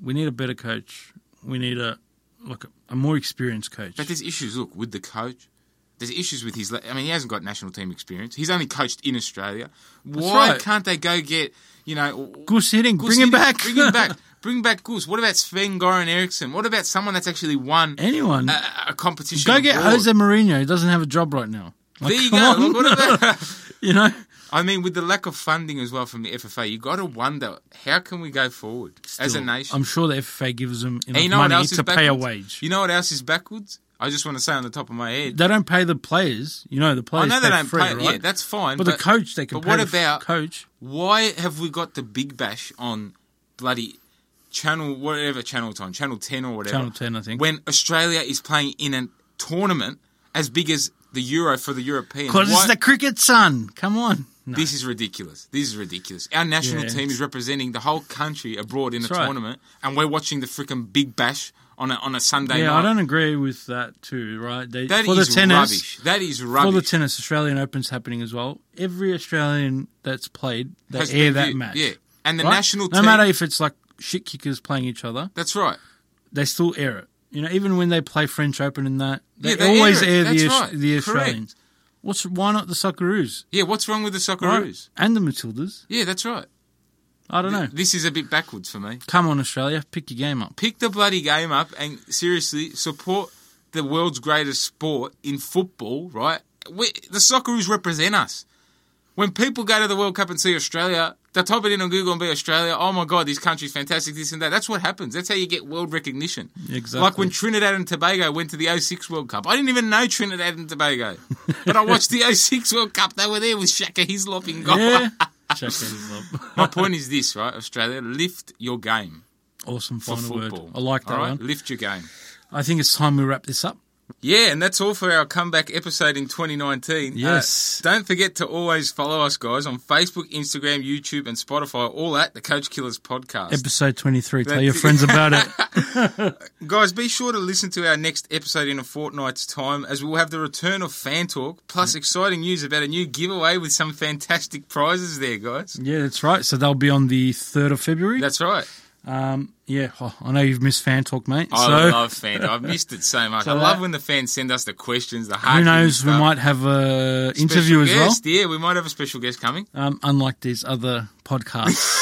Speaker 3: we need a better coach. We need a like a, a more experienced coach.
Speaker 2: But there's issues. Look with the coach. There's issues with his. le- I mean, he hasn't got national team experience. He's only coached in Australia. Why
Speaker 3: right.
Speaker 2: can't they go get you know?
Speaker 3: Goose hitting,
Speaker 2: Gus
Speaker 3: bring him
Speaker 2: Hiddink?
Speaker 3: back.
Speaker 2: Bring him back. Bring back Goose. What about Sven Goran Eriksson? What about someone that's actually won
Speaker 3: Anyone.
Speaker 2: a- a, a competition?
Speaker 3: Go get
Speaker 2: abroad?
Speaker 3: Jose Mourinho. He doesn't have a job right now. Like,
Speaker 2: There you
Speaker 3: come
Speaker 2: go.
Speaker 3: on.
Speaker 2: Look, what about?
Speaker 3: you know,
Speaker 2: I mean, with the lack of funding as well from the FFA, you got to wonder how can we go forward as a
Speaker 3: Still,
Speaker 2: nation.
Speaker 3: I'm sure the FFA gives them enough
Speaker 2: And you know what
Speaker 3: money
Speaker 2: else is
Speaker 3: to pay a
Speaker 2: backwards?
Speaker 3: wage.
Speaker 2: You know what else is backwards? I just want to say on the top of my head.
Speaker 3: They don't pay the players. You know, the
Speaker 2: I
Speaker 3: players.
Speaker 2: know they
Speaker 3: pay
Speaker 2: don't
Speaker 3: free,
Speaker 2: play.
Speaker 3: Right?
Speaker 2: Yeah, that's fine.
Speaker 3: but, the coach, they can
Speaker 2: but
Speaker 3: pay
Speaker 2: what
Speaker 3: the f-
Speaker 2: about-
Speaker 3: coach.
Speaker 2: Why have we got the big bash on bloody channel whatever channel it's on, channel ten or whatever?
Speaker 3: Channel 10, I think.
Speaker 2: When Australia is playing in a tournament as big as the Euro for the Europeans.
Speaker 3: Because
Speaker 2: Why-
Speaker 3: it's the cricket son. Come on. No.
Speaker 2: This is ridiculous. This is ridiculous. Our national
Speaker 3: Yeah.
Speaker 2: team is representing the whole country abroad in a
Speaker 3: right.
Speaker 2: tournament, and we're watching the freaking Big Bash on a, on a Sunday
Speaker 3: yeah,
Speaker 2: night.
Speaker 3: I don't agree with that too. Right? They,
Speaker 2: That
Speaker 3: for
Speaker 2: is
Speaker 3: the tennis,
Speaker 2: rubbish. That is
Speaker 3: for
Speaker 2: rubbish.
Speaker 3: the tennis, Australian Open's happening as well. Every Australian that's played, they
Speaker 2: Has
Speaker 3: air
Speaker 2: been
Speaker 3: that
Speaker 2: viewed.
Speaker 3: match.
Speaker 2: Yeah. And the
Speaker 3: right?
Speaker 2: national
Speaker 3: no
Speaker 2: team-
Speaker 3: matter if it's like shit kickers playing each other,
Speaker 2: That's right.
Speaker 3: they still air it. You know, even when they play French Open and that, they,
Speaker 2: Yeah, they
Speaker 3: always
Speaker 2: air
Speaker 3: air,
Speaker 2: it.
Speaker 3: the,
Speaker 2: That's
Speaker 3: Aus-
Speaker 2: right.
Speaker 3: the
Speaker 2: Correct.
Speaker 3: Australians. What's why not the Socceroos
Speaker 2: Yeah, what's wrong with the
Speaker 3: right?
Speaker 2: Socceroos?
Speaker 3: and the Matildas?
Speaker 2: Yeah, that's right.
Speaker 3: I don't know.
Speaker 2: This is a bit backwards for me.
Speaker 3: Come on, Australia, pick your game up.
Speaker 2: Pick the bloody game up and seriously support the world's greatest sport in football, right? We, the Socceroos represent us. When people go to the World Cup and see Australia, they type it in on Google and be Australia. Oh my God, this country's fantastic, this and that. That's what happens. That's how you get world recognition.
Speaker 3: Exactly.
Speaker 2: Like when Trinidad and Tobago went to the 06 World Cup. I didn't even know Trinidad and Tobago. but I watched the 06 World Cup. They were there with Shaka Hislop in goal.
Speaker 3: Yeah, check it up.
Speaker 2: My point is this, right? Australia, lift your game.
Speaker 3: Awesome
Speaker 2: for
Speaker 3: final
Speaker 2: football.
Speaker 3: word. I like that
Speaker 2: All right,
Speaker 3: one.
Speaker 2: Lift your game.
Speaker 3: I think it's time we wrap this up.
Speaker 2: Yeah, and that's all for our comeback episode in 2019. Uh,
Speaker 3: Yes.
Speaker 2: don't forget to always follow us, guys, on Facebook, Instagram, YouTube, and Spotify, all at the Coach Killers Podcast.
Speaker 3: Episode 23. Tell
Speaker 2: That's
Speaker 3: your
Speaker 2: it.
Speaker 3: friends about it.
Speaker 2: Guys, be sure to listen to our next episode in a fortnight's time as we'll have the return of Fan Talk,
Speaker 3: Mm.
Speaker 2: plus exciting news about a new giveaway with some fantastic prizes there, guys.
Speaker 3: Yeah, that's right. So they'll be on the 3rd of February.
Speaker 2: That's right.
Speaker 3: Um, yeah, oh, I know you've missed fan talk, mate.
Speaker 2: I
Speaker 3: so
Speaker 2: love Fan I've missed it so much.
Speaker 3: So
Speaker 2: I love
Speaker 3: that-
Speaker 2: when the fans send us the questions, the hard
Speaker 3: who knows? We might have a interview as well.
Speaker 2: well. Yeah, we might have a special guest coming.
Speaker 3: Um, unlike these other podcasts.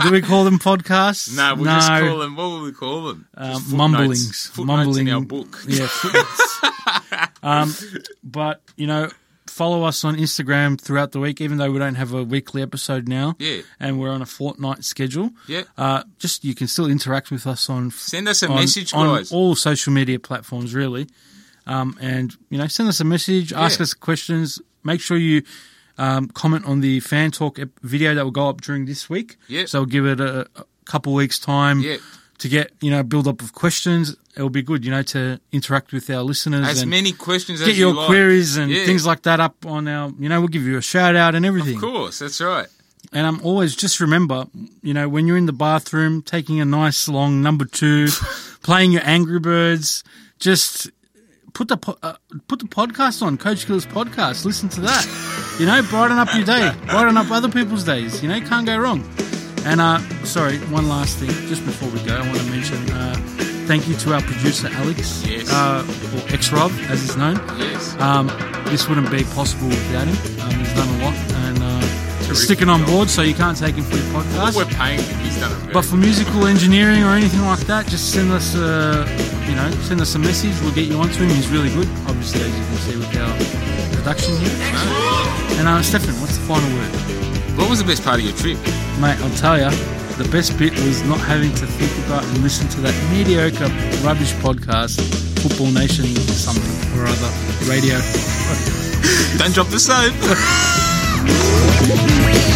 Speaker 3: Do we call them podcasts?
Speaker 2: No, we'll just call them. What will we call them?
Speaker 3: uh,
Speaker 2: Just footnotes.
Speaker 3: mumblings,
Speaker 2: Footnotes
Speaker 3: mumbling
Speaker 2: in our book.
Speaker 3: Yeah, footnotes. um, but you know, follow us on Instagram throughout the week, even though we don't have a weekly episode now.
Speaker 2: Yeah.
Speaker 3: and we're on a fortnight schedule.
Speaker 2: Yeah.
Speaker 3: uh, just you can still interact with us on
Speaker 2: Send us a
Speaker 3: on,
Speaker 2: message,
Speaker 3: on
Speaker 2: guys.
Speaker 3: all social media platforms, really. Um, and you know, send us a message, ask
Speaker 2: Yeah.
Speaker 3: us questions. Make sure you um, comment on the fan talk ep- video that will go up during this week.
Speaker 2: Yeah.
Speaker 3: So give it a, a couple weeks time.
Speaker 2: Yeah.
Speaker 3: To get you know build up of questions, it'll be good you know to interact with our listeners
Speaker 2: as
Speaker 3: and
Speaker 2: many questions
Speaker 3: get
Speaker 2: as
Speaker 3: your
Speaker 2: you like.
Speaker 3: queries and
Speaker 2: Yeah.
Speaker 3: things like that up on our you know we'll give you a shout out and everything.
Speaker 2: Of course, that's right.
Speaker 3: And I'm always just remember, you know, when you're in the bathroom, taking a nice long number two, playing your Angry Birds, just put the po- uh, put the podcast on Coach Killers podcast. Listen to that, you know, brighten up your day, brighten up other people's days. You know, can't go wrong. And uh, sorry, one last thing, just before we go, I want to mention uh, thank you to our producer Alex,
Speaker 2: Yes.
Speaker 3: uh, or X Rob as he's known.
Speaker 2: Yes.
Speaker 3: Um, this wouldn't be possible without him. Um, he's done a lot and uh, he's sticking on
Speaker 2: job.
Speaker 3: board, so you can't take him for your
Speaker 2: We're
Speaker 3: podcast.
Speaker 2: paying him. He's done a very
Speaker 3: But for musical engineering or anything like that, just send us a, you know, send us a message. We'll get you onto him. He's really good, obviously, as you can see with our production here. And uh, Stefan, what's the final word?
Speaker 2: What was the best part of your trip?
Speaker 3: Mate, I'll tell you, the best bit was not having to think about and listen to that mediocre rubbish podcast, Football Nation something or other radio.
Speaker 2: Don't drop the soap.
Speaker 5: We